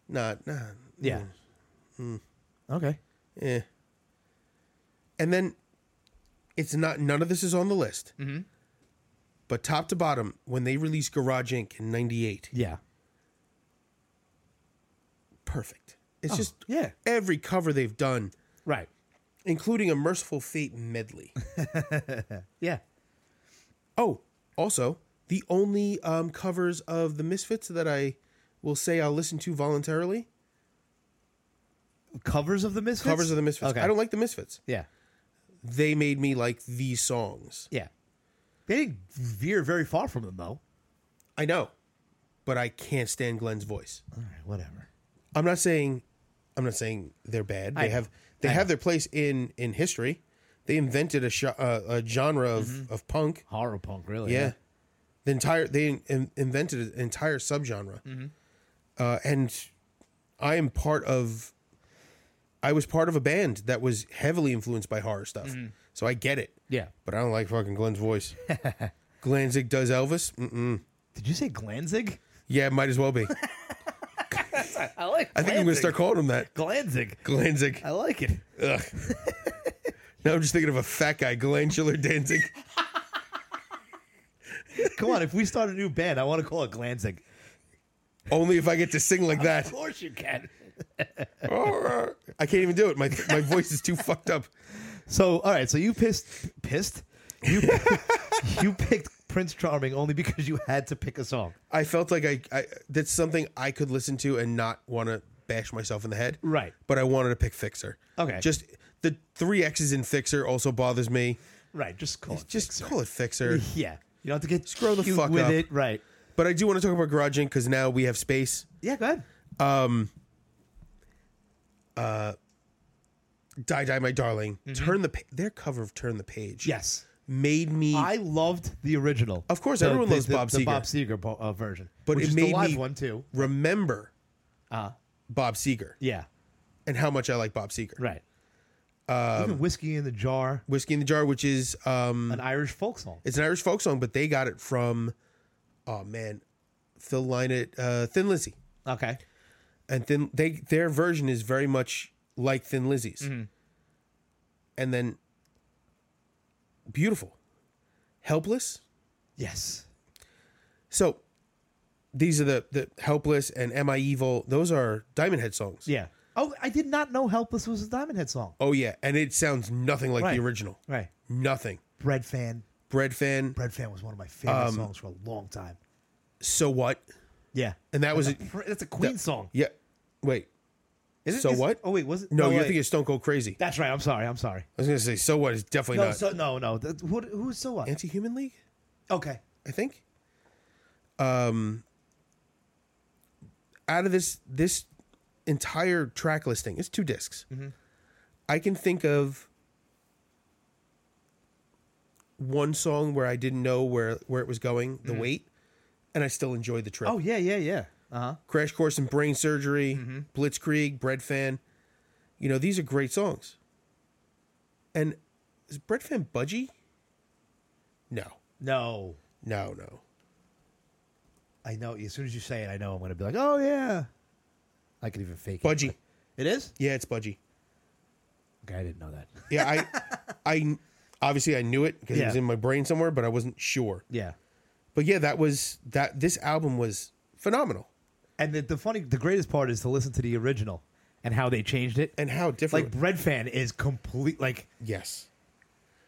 Speaker 2: Not nah.
Speaker 1: Yeah.
Speaker 2: Mm.
Speaker 1: Okay.
Speaker 2: Eh. And then it's not none of this is on the list. Mm-hmm. But top to bottom, when they released Garage Inc. in '98,
Speaker 1: Yeah.
Speaker 2: perfect. It's
Speaker 1: Oh,
Speaker 2: just
Speaker 1: yeah.
Speaker 2: every cover they've done,
Speaker 1: Right.
Speaker 2: including a Merciful Fate medley.
Speaker 1: Yeah.
Speaker 2: oh, also the only um, covers of the Misfits that I will say I'll listen to voluntarily
Speaker 1: Covers of the Misfits.
Speaker 2: covers of the Misfits.
Speaker 1: Okay.
Speaker 2: I don't like the Misfits.
Speaker 1: Yeah.
Speaker 2: They made me like these songs.
Speaker 1: Yeah. They didn't veer very far from them though.
Speaker 2: I know, but I can't stand Glenn's voice.
Speaker 1: All right. Whatever.
Speaker 2: I'm not saying I'm not saying they're bad. They
Speaker 1: know.
Speaker 2: have they
Speaker 1: I
Speaker 2: have their place in in history. They invented a, sh- uh, a genre of,
Speaker 1: Mm-hmm.
Speaker 2: of punk.
Speaker 1: Horror punk, really.
Speaker 2: Yeah. The entire they in, in- invented an entire subgenre, uh, and I am part of. I was part of a band that was heavily influenced by horror stuff, so I get it.
Speaker 1: Yeah.
Speaker 2: But I don't like fucking Glenn's voice. Glanzig does Elvis. Mm-mm.
Speaker 1: Did you say Glanzig?
Speaker 2: Yeah, might as well be.
Speaker 1: I like.
Speaker 2: I think I'm gonna start calling him that.
Speaker 1: Glanzig.
Speaker 2: Glanzig.
Speaker 1: I like it.
Speaker 2: Ugh. now I'm just thinking of a fat guy, Glandular Danzig.
Speaker 1: Come on, if we start a new band, I want to call it Glanzig.
Speaker 2: Only if I get to sing like that.
Speaker 1: course you can.
Speaker 2: I can't even do it. My my voice is too fucked up.
Speaker 1: So, all right. So you pissed, pissed. You you picked Prince Charming only because you had to pick a song.
Speaker 2: I felt like I, I that's something I could listen to and not want to bash myself in the head.
Speaker 1: Right.
Speaker 2: But I wanted to pick Fixer.
Speaker 1: Okay.
Speaker 2: Just the three X's in Fixer also bothers me.
Speaker 1: Right. Just call it.
Speaker 2: Just call it Fixer.
Speaker 1: yeah. You don't have to get
Speaker 2: Scroll the
Speaker 1: cute
Speaker 2: fuck
Speaker 1: with
Speaker 2: up.
Speaker 1: it. Right.
Speaker 2: but I do want to talk about Garage Inc. because now we have space.
Speaker 1: Yeah. Go ahead.
Speaker 2: Die Die My Darling. Turn the pa- their cover of Turn the Page.
Speaker 1: Mm-hmm. Yes.
Speaker 2: Made me
Speaker 1: I loved the original.
Speaker 2: Of course, everyone loves Bob
Speaker 1: the
Speaker 2: Seger.
Speaker 1: Bob Seger bo- uh, version,
Speaker 2: But
Speaker 1: which
Speaker 2: it
Speaker 1: is
Speaker 2: made
Speaker 1: the live
Speaker 2: me-
Speaker 1: one too.
Speaker 2: remember
Speaker 1: Uh,
Speaker 2: Bob Seger
Speaker 1: yeah.
Speaker 2: and how much I like Bob Seger.
Speaker 1: Right. Um, Even whiskey in the jar,
Speaker 2: Whiskey in the Jar, which is um
Speaker 1: an Irish folk song.
Speaker 2: it's an Irish folk song, but they got it from oh man, Phil Lynott, uh Thin Lizzy.
Speaker 1: Okay.
Speaker 2: and then they their version is very much like Thin Lizzy's,
Speaker 1: Mm-hmm.
Speaker 2: and then beautiful, helpless.
Speaker 1: Yes.
Speaker 2: So these are the the helpless and Am I Evil? Those are Diamond Head songs.
Speaker 1: Yeah. Oh, I did not know "Helpless" was a Diamond Head song.
Speaker 2: Oh yeah, and it sounds nothing like
Speaker 1: Right.
Speaker 2: the original.
Speaker 1: Right.
Speaker 2: Nothing.
Speaker 1: Bread fan.
Speaker 2: Bread fan.
Speaker 1: Bread fan was one of my favorite songs for a long time.
Speaker 2: So what?
Speaker 1: Um, Yeah.
Speaker 2: And that was a,
Speaker 1: That's a Queen song.
Speaker 2: yeah. Wait.
Speaker 1: Is it,
Speaker 2: so
Speaker 1: is-
Speaker 2: what?
Speaker 1: Oh wait, was it?
Speaker 2: No, you're
Speaker 1: wait.
Speaker 2: thinking of Stone Cold Crazy.
Speaker 1: That's right. I'm sorry. I'm sorry.
Speaker 2: I was gonna say so what is definitely
Speaker 1: No,
Speaker 2: not
Speaker 1: so no, no. That- Who, who's so what?
Speaker 2: Anti Human League.
Speaker 1: Okay.
Speaker 2: I think. Um, out of this this entire track listing, it's two disks
Speaker 1: Mm-hmm.
Speaker 2: I can think of one song where I didn't know where where it was going,
Speaker 1: Mm-hmm.
Speaker 2: the weight, and I still enjoyed the trip.
Speaker 1: Oh yeah, yeah, yeah. Uh huh.
Speaker 2: Crash Course in Brain Surgery,
Speaker 1: Mm-hmm.
Speaker 2: Blitzkrieg, Bread Fan. You know, these are great songs. And is Bread Fan Budgie? No,
Speaker 1: No,
Speaker 2: no, no.
Speaker 1: I know. As soon as you say it, I know I'm gonna be like, oh yeah. I could even fake it.
Speaker 2: Budgie.
Speaker 1: It is.
Speaker 2: Yeah, it's Budgie.
Speaker 1: Okay, I didn't know that.
Speaker 2: Yeah, I, I obviously I knew it because it was
Speaker 1: Yeah.
Speaker 2: in my brain somewhere, but I wasn't sure.
Speaker 1: Yeah.
Speaker 2: But yeah, that was that. This album was phenomenal,
Speaker 1: And the, the funny, the greatest part is to listen to the original and how they changed it.
Speaker 2: and how different.
Speaker 1: like Bread Fan is complete, like
Speaker 2: yes,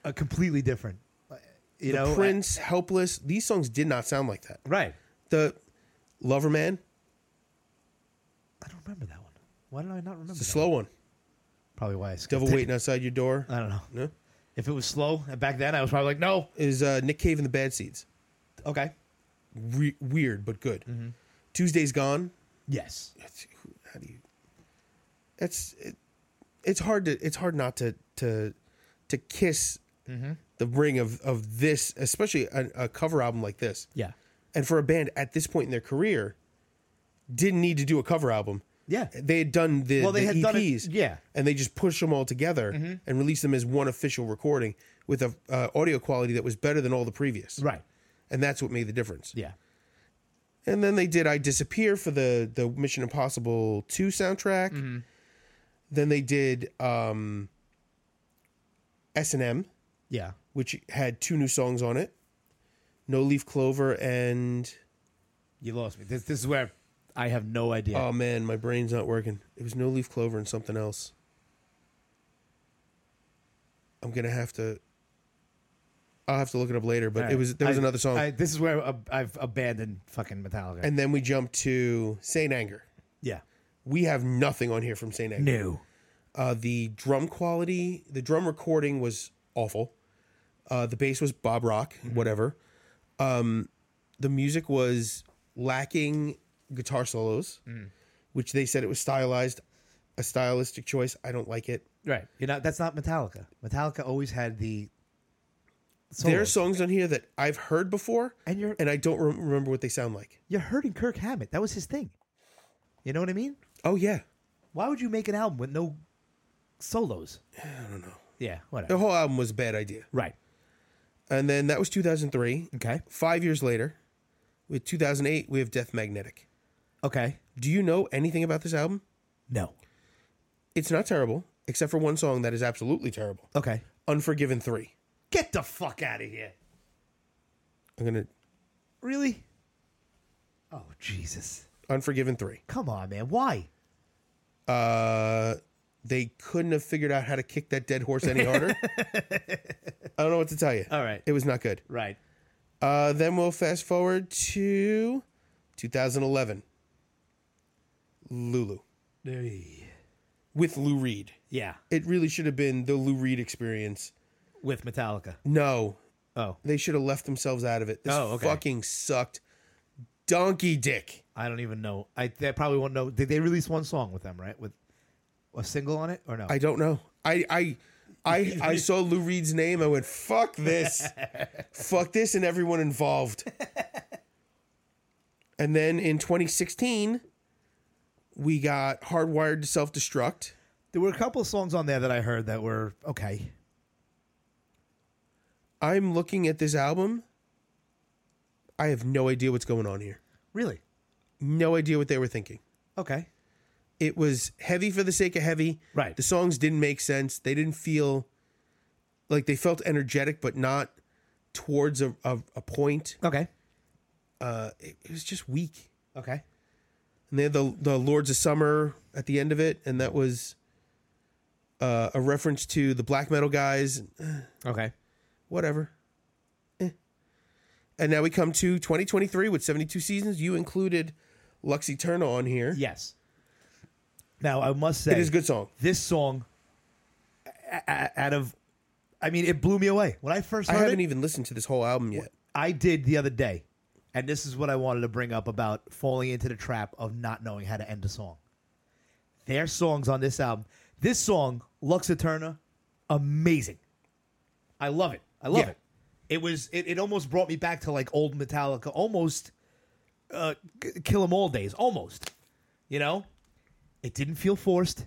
Speaker 1: uh, completely different. Uh, You know,
Speaker 2: Prince, Helpless. These songs did not sound like that.
Speaker 1: I- right?
Speaker 2: The Lover Man,
Speaker 1: I don't remember that one. Why did I not remember?
Speaker 2: the
Speaker 1: that
Speaker 2: slow one,
Speaker 1: one? Probably why I skipped
Speaker 2: Devil
Speaker 1: it.
Speaker 2: Waiting Outside Your Door.
Speaker 1: I don't know.
Speaker 2: No,
Speaker 1: If it was slow and back then, I was probably like, no.
Speaker 2: is uh, Nick Cave and the Bad Seeds.
Speaker 1: Okay.
Speaker 2: Re- weird but good.
Speaker 1: Mm-hmm.
Speaker 2: Tuesday's Gone.
Speaker 1: Yes.
Speaker 2: That's, how do you? That's it, it's hard to it's hard not to to to kiss
Speaker 1: Mm-hmm.
Speaker 2: the ring of of this, especially a, a cover album like this.
Speaker 1: Yeah.
Speaker 2: And for a band at this point in their career, didn't need to do a cover album.
Speaker 1: Yeah.
Speaker 2: They had done the,
Speaker 1: Well, they
Speaker 2: the
Speaker 1: had
Speaker 2: EPs,
Speaker 1: done it- yeah. Mm-hmm.
Speaker 2: and they just pushed them all together and released them as one official recording with a uh, audio quality that was better than all the previous.
Speaker 1: Right.
Speaker 2: And that's what made the difference.
Speaker 1: Yeah.
Speaker 2: And then they did I Disappear for the the Mission Impossible 2 soundtrack.
Speaker 1: Mm-hmm.
Speaker 2: Then they did um S&M,
Speaker 1: Yeah.
Speaker 2: which had two new songs on it. No Leaf Clover and
Speaker 1: You lost me. This, this is where I have no idea.
Speaker 2: oh man, my brain's not working. It was No Leaf Clover and something else. I'm going to have to I'll have to look it up later, but
Speaker 1: All
Speaker 2: it
Speaker 1: right.
Speaker 2: was there was
Speaker 1: I-
Speaker 2: another song.
Speaker 1: I, this is where ab- I've abandoned fucking Metallica.
Speaker 2: and then we jumped to Saint Anger.
Speaker 1: yeah.
Speaker 2: We have nothing on here from Saint Anger.
Speaker 1: New.
Speaker 2: Uh, the drum quality, the drum recording was awful. Uh, the bass was Bob Rock, whatever. Um, the music was lacking guitar solos, which they said it was stylized, a stylistic choice. I don't like it.
Speaker 1: Right. You know, that's not Metallica. Metallica always had the.
Speaker 2: There are
Speaker 1: solos.
Speaker 2: songs on here that I've heard before,
Speaker 1: And you're-
Speaker 2: and I don't rem- remember what they sound like.
Speaker 1: You're hurting Kirk Hammett. That was his thing. You know what I mean?
Speaker 2: Oh yeah,
Speaker 1: Why would you make an album with no solos? I don't know. Oh. Yeah, whatever.
Speaker 2: the whole album was a bad idea.
Speaker 1: Right.
Speaker 2: And then that was 2003.
Speaker 1: Okay.
Speaker 2: Five years later, with 2008, we have Death Magnetic.
Speaker 1: Okay.
Speaker 2: Do you know anything about this album?
Speaker 1: No.
Speaker 2: It's not terrible, except for one song that is absolutely terrible.
Speaker 1: Okay.
Speaker 2: Unforgiven 3.
Speaker 1: Get the fuck out of here.
Speaker 2: I'm going to
Speaker 1: Really? Oh, Jesus.
Speaker 2: Unforgiven 3.
Speaker 1: Come on, man. Why?
Speaker 2: Uh they couldn't have figured out how to kick that dead horse any harder. I don't know what to tell you.
Speaker 1: All right.
Speaker 2: It was not good.
Speaker 1: Right.
Speaker 2: Uh then we'll fast forward to 2011. Lulu with Lou Reed.
Speaker 1: Yeah.
Speaker 2: It really should have been the Lou Reed experience.
Speaker 1: With Metallica.
Speaker 2: No,
Speaker 1: Oh,
Speaker 2: they should have left themselves out of it. This
Speaker 1: Oh, okay.
Speaker 2: fucking sucked. Donkey dick.
Speaker 1: I don't even know. I they probably won't know. Did they release one song with them, right? With a single on it or no?
Speaker 2: I don't know. I I I, I saw Lou Reed's name. I went, "Fuck this, fuck this," and everyone involved. and then in 2016, we got hardwired to self destruct.
Speaker 1: there were a couple of songs on there that I heard that were okay.
Speaker 2: I'm looking at this album. I have no idea what's going on here.
Speaker 1: Really?
Speaker 2: No idea what they were thinking.
Speaker 1: Okay.
Speaker 2: It was heavy for the sake of heavy.
Speaker 1: Right.
Speaker 2: The songs didn't make sense. They didn't feel like they felt energetic, but not towards a, a, a point.
Speaker 1: Okay.
Speaker 2: Uh, it, it was just weak.
Speaker 1: Okay.
Speaker 2: And they had the the Lords of Summer at the end of it, and that was uh, a reference to the black metal guys. eh,
Speaker 1: Okay.
Speaker 2: Whatever. Eh. And now we come to 2023 with 72 seasons. You included Lux Eterna on here.
Speaker 1: Yes. Now I must say
Speaker 2: It is a good song.
Speaker 1: this song a- a- out of I mean it blew me away. When I first
Speaker 2: I
Speaker 1: heard
Speaker 2: haven't
Speaker 1: it,
Speaker 2: even listened to this whole album yet.
Speaker 1: I did the other day. And this is what I wanted to bring up about falling into the trap of not knowing how to end a song. Their songs on this album, this song Lux Eterna, amazing. I love it. I love
Speaker 2: Yeah.
Speaker 1: it. It was it, it almost brought me back to like old Metallica, almost uh K- Kill 'Em All days, almost. You know? It didn't feel forced.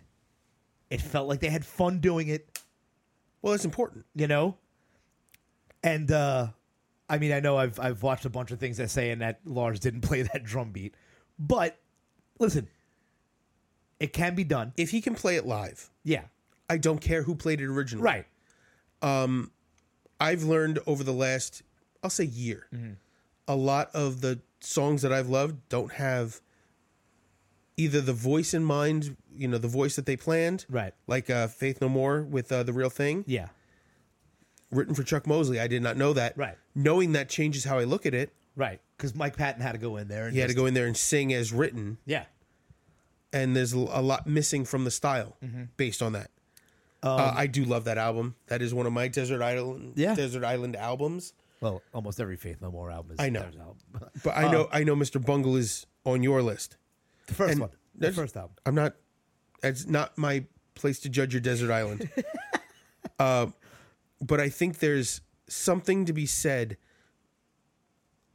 Speaker 1: It felt like they had fun doing it
Speaker 2: Well, it's important.
Speaker 1: you know and uh i mean i know i've i've watched a bunch of things that say and that lars didn't play that drum beat but listen it can be done
Speaker 2: If he can play it live,
Speaker 1: yeah
Speaker 2: I don't care who played it originally.
Speaker 1: right
Speaker 2: I've learned over the last, I'll say year,
Speaker 1: Mm-hmm.
Speaker 2: a lot of the songs that I've loved don't have either the voice in mind, you know, the voice that they planned,
Speaker 1: Right.
Speaker 2: Like uh, Faith No More with uh, the Real Thing,
Speaker 1: yeah
Speaker 2: written for Chuck Mosley. I did not know that.
Speaker 1: Right.
Speaker 2: Knowing that changes how I look at it.
Speaker 1: right because mike patton had to go in there and
Speaker 2: He had to
Speaker 1: just-
Speaker 2: go in there and sing as written,
Speaker 1: yeah
Speaker 2: and there's a lot missing from the style
Speaker 1: Mm-hmm.
Speaker 2: based on that. uh, I do love that album. That is one of my desert island,
Speaker 1: Um, Yeah.
Speaker 2: desert island albums.
Speaker 1: well almost every faith no more album is
Speaker 2: I know.
Speaker 1: there's an album.
Speaker 2: But I know I know Mr. Bungle is on your list.
Speaker 1: the first
Speaker 2: And
Speaker 1: one the
Speaker 2: that's-
Speaker 1: first album
Speaker 2: I'm not it's not my place to judge your desert island. uh, but I think there's something to be said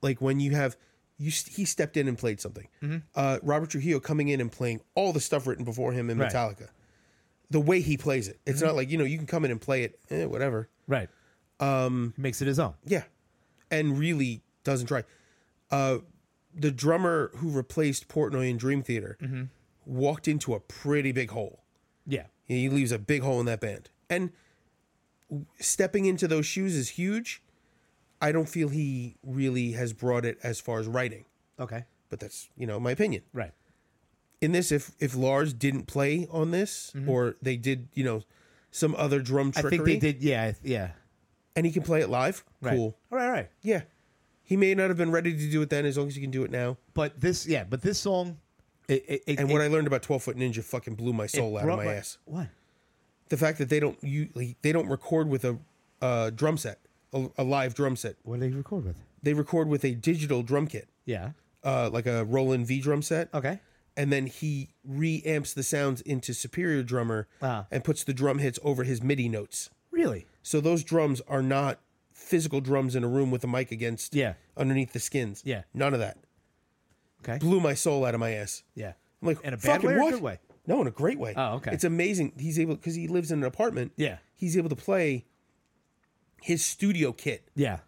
Speaker 2: like when you have you st- he stepped in and played something. Uh, Robert Trujillo coming in and playing all the stuff written before him in
Speaker 1: Right.
Speaker 2: Metallica. The way he plays it. It's not like, you know, you can come in and play it, eh, whatever.
Speaker 1: right um he makes it his own
Speaker 2: Yeah, and really doesn't try. Uh, the drummer who replaced Portnoy in Dream Theater walked into a pretty big hole.
Speaker 1: yeah
Speaker 2: He leaves a big hole in that band, and w- stepping into those shoes is huge. I don't feel he really has brought it as far as writing,
Speaker 1: okay
Speaker 2: but that's you know my opinion.
Speaker 1: right
Speaker 2: In this, if if Lars didn't play on this, or they did, you know, some other drum
Speaker 1: Mm-hmm. i
Speaker 2: trickery,
Speaker 1: think they did yeah I th- yeah
Speaker 2: and he can play it live,
Speaker 1: right
Speaker 2: cool.
Speaker 1: all right all right
Speaker 2: Yeah. He may not have been ready to do it then as long as he can do it now.
Speaker 1: but this yeah but this song it, it, it,
Speaker 2: And what I learned about 12 Foot Ninja fucking blew my soul out of
Speaker 1: brought
Speaker 2: my ass.
Speaker 1: what
Speaker 2: The fact that they don't you like, they don't record with a uh, drum set, a, a live drum set.
Speaker 1: What did he record with?
Speaker 2: They record with a digital drum kit,
Speaker 1: Yeah.
Speaker 2: uh, like a Roland V drum set.
Speaker 1: Okay.
Speaker 2: And then he reamps the sounds into Superior Drummer
Speaker 1: Ah.
Speaker 2: and puts the drum hits over his MIDI notes.
Speaker 1: Really?
Speaker 2: So those drums are not physical drums in a room with a mic against
Speaker 1: Yeah.
Speaker 2: underneath the skins.
Speaker 1: Yeah.
Speaker 2: None of that.
Speaker 1: Okay.
Speaker 2: Blew my soul out of my ass.
Speaker 1: Yeah.
Speaker 2: I'm like,
Speaker 1: In a bad
Speaker 2: "Fucking
Speaker 1: way or a
Speaker 2: what?"
Speaker 1: good way?
Speaker 2: No, in a great way.
Speaker 1: Oh, okay.
Speaker 2: It's amazing. He's able because he lives in an apartment.
Speaker 1: Yeah.
Speaker 2: he's able to play his studio kit
Speaker 1: Yeah.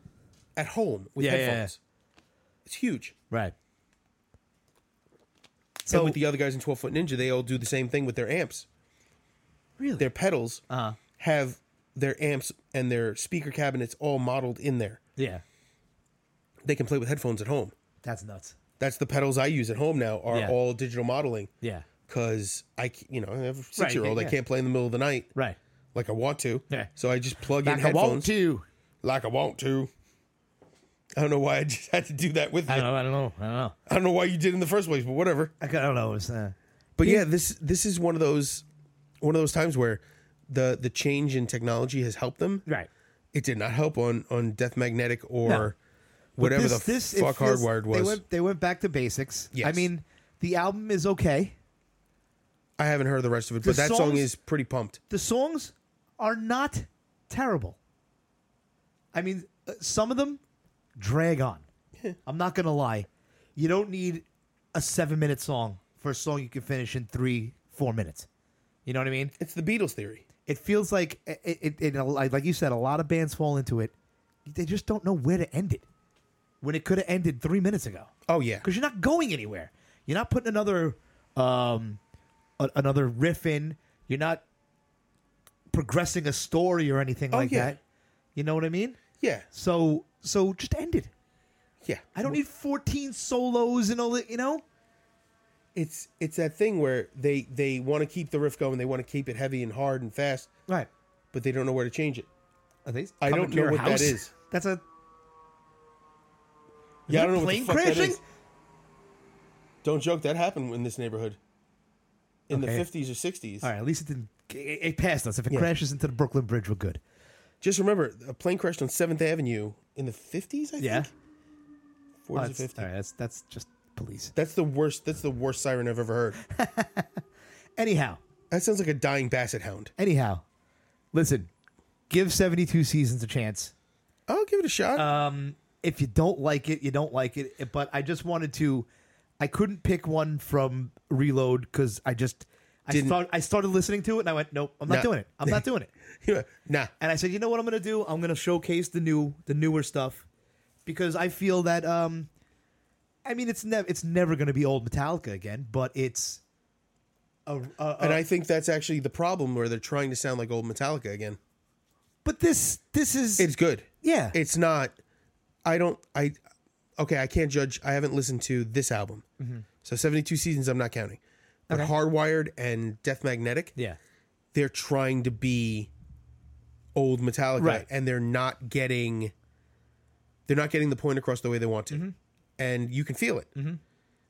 Speaker 2: at home with
Speaker 1: Yeah, yeah, yeah.
Speaker 2: headphones. It's huge.
Speaker 1: Right.
Speaker 2: So
Speaker 1: So
Speaker 2: with the other guys in Twelve Foot Ninja, they all do the same thing with their amps.
Speaker 1: really
Speaker 2: Their pedals
Speaker 1: Uh-huh.
Speaker 2: have their amps and their speaker cabinets all modeled in there.
Speaker 1: yeah.
Speaker 2: They can play with headphones at home.
Speaker 1: That's nuts.
Speaker 2: That's the pedals I use at home now are
Speaker 1: Yeah.
Speaker 2: all digital modeling
Speaker 1: Yeah.
Speaker 2: because I, c- you know, I have a six year old. I
Speaker 1: yeah.
Speaker 2: can't play in the middle of the night.
Speaker 1: Right.
Speaker 2: like I want to.
Speaker 1: Yeah.
Speaker 2: So I just plug in
Speaker 1: Back I
Speaker 2: headphones
Speaker 1: want to.
Speaker 2: like I want to. I don't know why I just had to do that with you.
Speaker 1: I don't know. I don't know. I don't know.
Speaker 2: I don't know why you did in the first place, but whatever.
Speaker 1: I don't know. It's, uh,
Speaker 2: But yeah, this this is one of those one of those times where the the change in technology has helped them.
Speaker 1: right.
Speaker 2: It did not help on on Death Magnetic or
Speaker 1: No.
Speaker 2: whatever
Speaker 1: This-
Speaker 2: the
Speaker 1: this- it
Speaker 2: fuck
Speaker 1: feels-
Speaker 2: hardwired
Speaker 1: They
Speaker 2: was.
Speaker 1: went, they went back to basics. I
Speaker 2: Yes.
Speaker 1: mean, the album is okay.
Speaker 2: I haven't heard the rest of it, but that song
Speaker 1: songs-
Speaker 2: is pretty pumped.
Speaker 1: The songs are not terrible. I mean, uh, some of them drag on. I'm not gonna lie. You don't need a seven minute song for a song you can finish in three, four minutes. You know what I mean?
Speaker 2: It's the Beatles theory.
Speaker 1: It feels like it, it, it like you said, a lot of bands fall into it. They just don't know where to end it when it could have ended three minutes ago
Speaker 2: Oh yeah.
Speaker 1: because you're not going anywhere. You're not putting another um, a- another riff in. You're not progressing a story or anything like
Speaker 2: Oh, yeah.
Speaker 1: that. You know what I mean?
Speaker 2: Yeah,
Speaker 1: So so just end it.
Speaker 2: yeah.
Speaker 1: I don't need 14 solos and all that. You know?
Speaker 2: It's it's that thing where they they want to keep the riff going. They want to keep it heavy and hard and fast,
Speaker 1: Right.
Speaker 2: but they don't know where to change it.
Speaker 1: Are they
Speaker 2: I
Speaker 1: coming
Speaker 2: don't
Speaker 1: to
Speaker 2: know
Speaker 1: your
Speaker 2: what that
Speaker 1: house?
Speaker 2: is.
Speaker 1: That's a
Speaker 2: Yeah, I don't know what the
Speaker 1: plane
Speaker 2: fuck that
Speaker 1: crashing.
Speaker 2: is. Don't joke. That happened in this neighborhood in
Speaker 1: Okay.
Speaker 2: the fifties or sixties.
Speaker 1: All right, at least it didn't. It, it passed us. If it crashes into the Brooklyn Bridge, we're good.
Speaker 2: Just remember, a plane crashed on Seventh Avenue in the fifties. I
Speaker 1: Yeah.
Speaker 2: think forties or
Speaker 1: that's,
Speaker 2: fifties.
Speaker 1: all right, that's that's just police.
Speaker 2: That's the worst. That's the worst siren I've ever heard.
Speaker 1: Anyhow,
Speaker 2: That sounds like a dying basset hound.
Speaker 1: anyhow, listen, give seventy-two seasons a chance.
Speaker 2: I'll give it a shot.
Speaker 1: Um, if you don't like it, you don't like it. It- But I just wanted to. I couldn't pick one from Reload because I just I
Speaker 2: Didn't-
Speaker 1: start, I started listening to it and I went, nope, I'm not
Speaker 2: No.
Speaker 1: doing it. I'm not doing it.
Speaker 2: Yeah, nah.
Speaker 1: and I said, you know what I'm gonna do? I'm gonna showcase the new, the newer stuff, because I feel that, um, I mean, it's never, it's never gonna be old Metallica again, but it's, a, a, a-
Speaker 2: And I think that's actually the problem where they're trying to sound like old Metallica again.
Speaker 1: but this, this is,
Speaker 2: It's good.
Speaker 1: yeah,
Speaker 2: It's not. I don't. I. Okay, I can't judge. I haven't listened to this album. So 72 seasons, I'm not counting. But
Speaker 1: Mm-hmm. Okay.
Speaker 2: Hardwired and Death Magnetic,
Speaker 1: yeah,
Speaker 2: they're trying to be old Metallica
Speaker 1: Right.
Speaker 2: and they're not getting they're not getting the point across the way they want to.
Speaker 1: Mm-hmm.
Speaker 2: And you can feel it.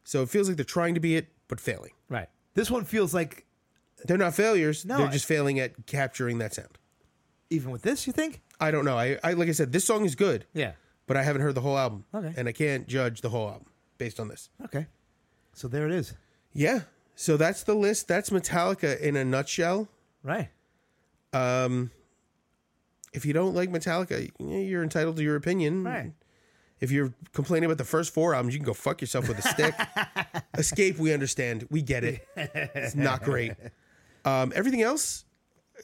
Speaker 2: So it feels like they're trying to be it but failing.
Speaker 1: right. This one feels like
Speaker 2: They're not failures.
Speaker 1: No,
Speaker 2: they're
Speaker 1: I-
Speaker 2: just failing at capturing that sound.
Speaker 1: even with this, you think?
Speaker 2: I don't know. I, I like I said, this song is good,
Speaker 1: Yeah.
Speaker 2: but I haven't heard the whole album.
Speaker 1: Okay.
Speaker 2: And I can't judge the whole album based on this.
Speaker 1: Okay. So there it is.
Speaker 2: Yeah. So that's the list. That's Metallica in a nutshell.
Speaker 1: Right.
Speaker 2: If you don't like Metallica, y- you're entitled to your opinion.
Speaker 1: Right.
Speaker 2: If you're complaining about the first four albums, you can go fuck yourself with a stick. Escape, we understand. We get it. It's not great. Um, everything else,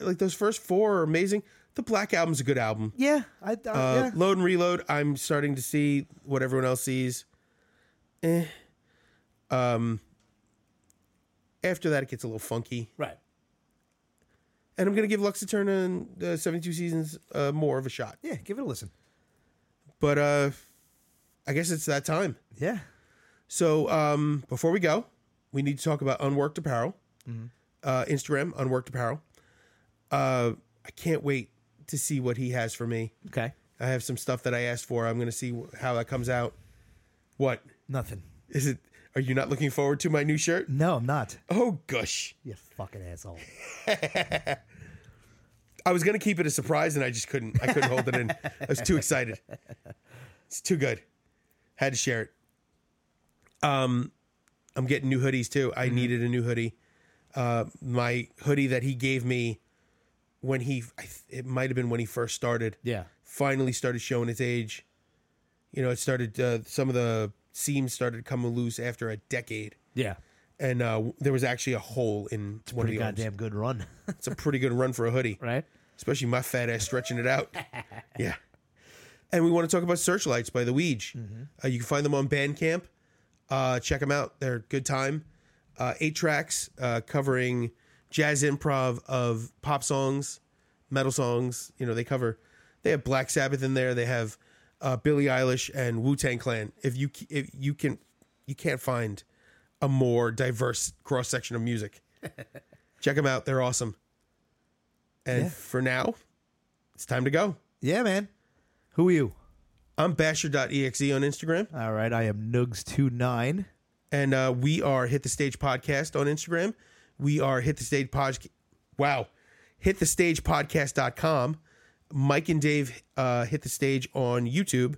Speaker 2: like those first four are amazing. The Black Album's a good album.
Speaker 1: Yeah. I. I yeah.
Speaker 2: Uh, Load and reload. I'm starting to see what everyone else sees. Eh. Um. After that, it gets a little funky,
Speaker 1: Right.
Speaker 2: and I'm gonna give Lux Eterna and uh, 72 Seasons uh, more of a shot.
Speaker 1: Yeah. Give it a listen.
Speaker 2: But uh, I guess it's that time.
Speaker 1: Yeah.
Speaker 2: So um, before we go, we need to talk about Unworked Apparel, uh, Instagram Unworked Apparel. Uh, I can't wait to see what he has for me.
Speaker 1: Okay.
Speaker 2: I have some stuff that I asked for. I'm going to see wh- how that comes out. What
Speaker 1: Nothing.
Speaker 2: is it? Are you not looking forward to my new shirt?
Speaker 1: No, I'm not.
Speaker 2: Oh gosh,
Speaker 1: You fucking asshole.
Speaker 2: I was going to keep it a surprise, and I just couldn't. I couldn't hold it in. I was too excited. It's too good. Had to share it. Um, I'm getting new hoodies too. I
Speaker 1: Mm-hmm.
Speaker 2: needed a new hoodie. Uh, my hoodie that he gave me when he, I th- it might have been when he first started.
Speaker 1: Yeah.
Speaker 2: finally started showing its age. You know, it started uh, some of the seams started coming loose after a decade,
Speaker 1: Yeah.
Speaker 2: and uh, w- there was actually a hole in one of
Speaker 1: Pretty
Speaker 2: the arms.
Speaker 1: goddamn good run.
Speaker 2: It's a pretty good run for a hoodie,
Speaker 1: right.
Speaker 2: especially my fat ass stretching it out. yeah. And we want to talk about Searchlights by The Weege. Uh, you can find them on Bandcamp. Uh, check them out; they're a good time. Uh, eight tracks uh, covering jazz improv of pop songs, metal songs. You know, they cover. They have Black Sabbath in there. They have uh, Billie Eilish and Wu Tang Clan. If you if you can, you can't find a more diverse cross section of music. check them out; they're awesome. And for now, it's time to go.
Speaker 1: Yeah, man. Who are you?
Speaker 2: I'm basher.exe on Instagram.
Speaker 1: All right, I am Nugs29.
Speaker 2: And uh, we are Hit the Stage Podcast on Instagram. We are Hit the Stage Podcast. Wow. Hit the Stage Podcast.com. Mike and Dave uh, hit the stage on YouTube.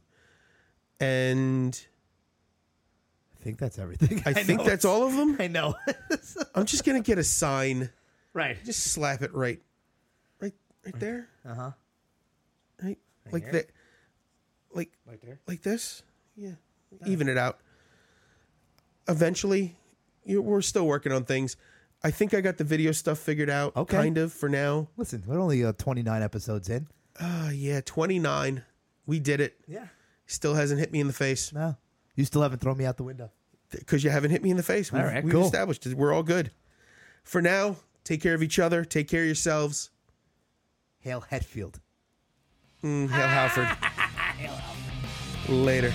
Speaker 2: And
Speaker 1: I think that's everything.
Speaker 2: I, think
Speaker 1: know.
Speaker 2: that's all of them.
Speaker 1: I know.
Speaker 2: I'm just going to get a sign.
Speaker 1: right.
Speaker 2: Just slap it right, right, right there.
Speaker 1: Uh huh.
Speaker 2: Right, like
Speaker 1: here?
Speaker 2: that. Like,
Speaker 1: Right there.
Speaker 2: like this. Yeah, even it out. Eventually, you we're still working on things. I think I got the video stuff figured out,
Speaker 1: Okay.
Speaker 2: kind of for now.
Speaker 1: Listen, we're only uh, 29 episodes in.
Speaker 2: Uh, yeah, twenty nine. We did it.
Speaker 1: Yeah.
Speaker 2: Still hasn't hit me in the face.
Speaker 1: No. You still haven't thrown me out the window.
Speaker 2: because you haven't hit me in the face. We've,
Speaker 1: All right,
Speaker 2: we've
Speaker 1: cool.
Speaker 2: established it. we're all good. For now, take care of each other. Take care of yourselves.
Speaker 1: Hail Hetfield.
Speaker 2: Mm, Hail Halford. Later.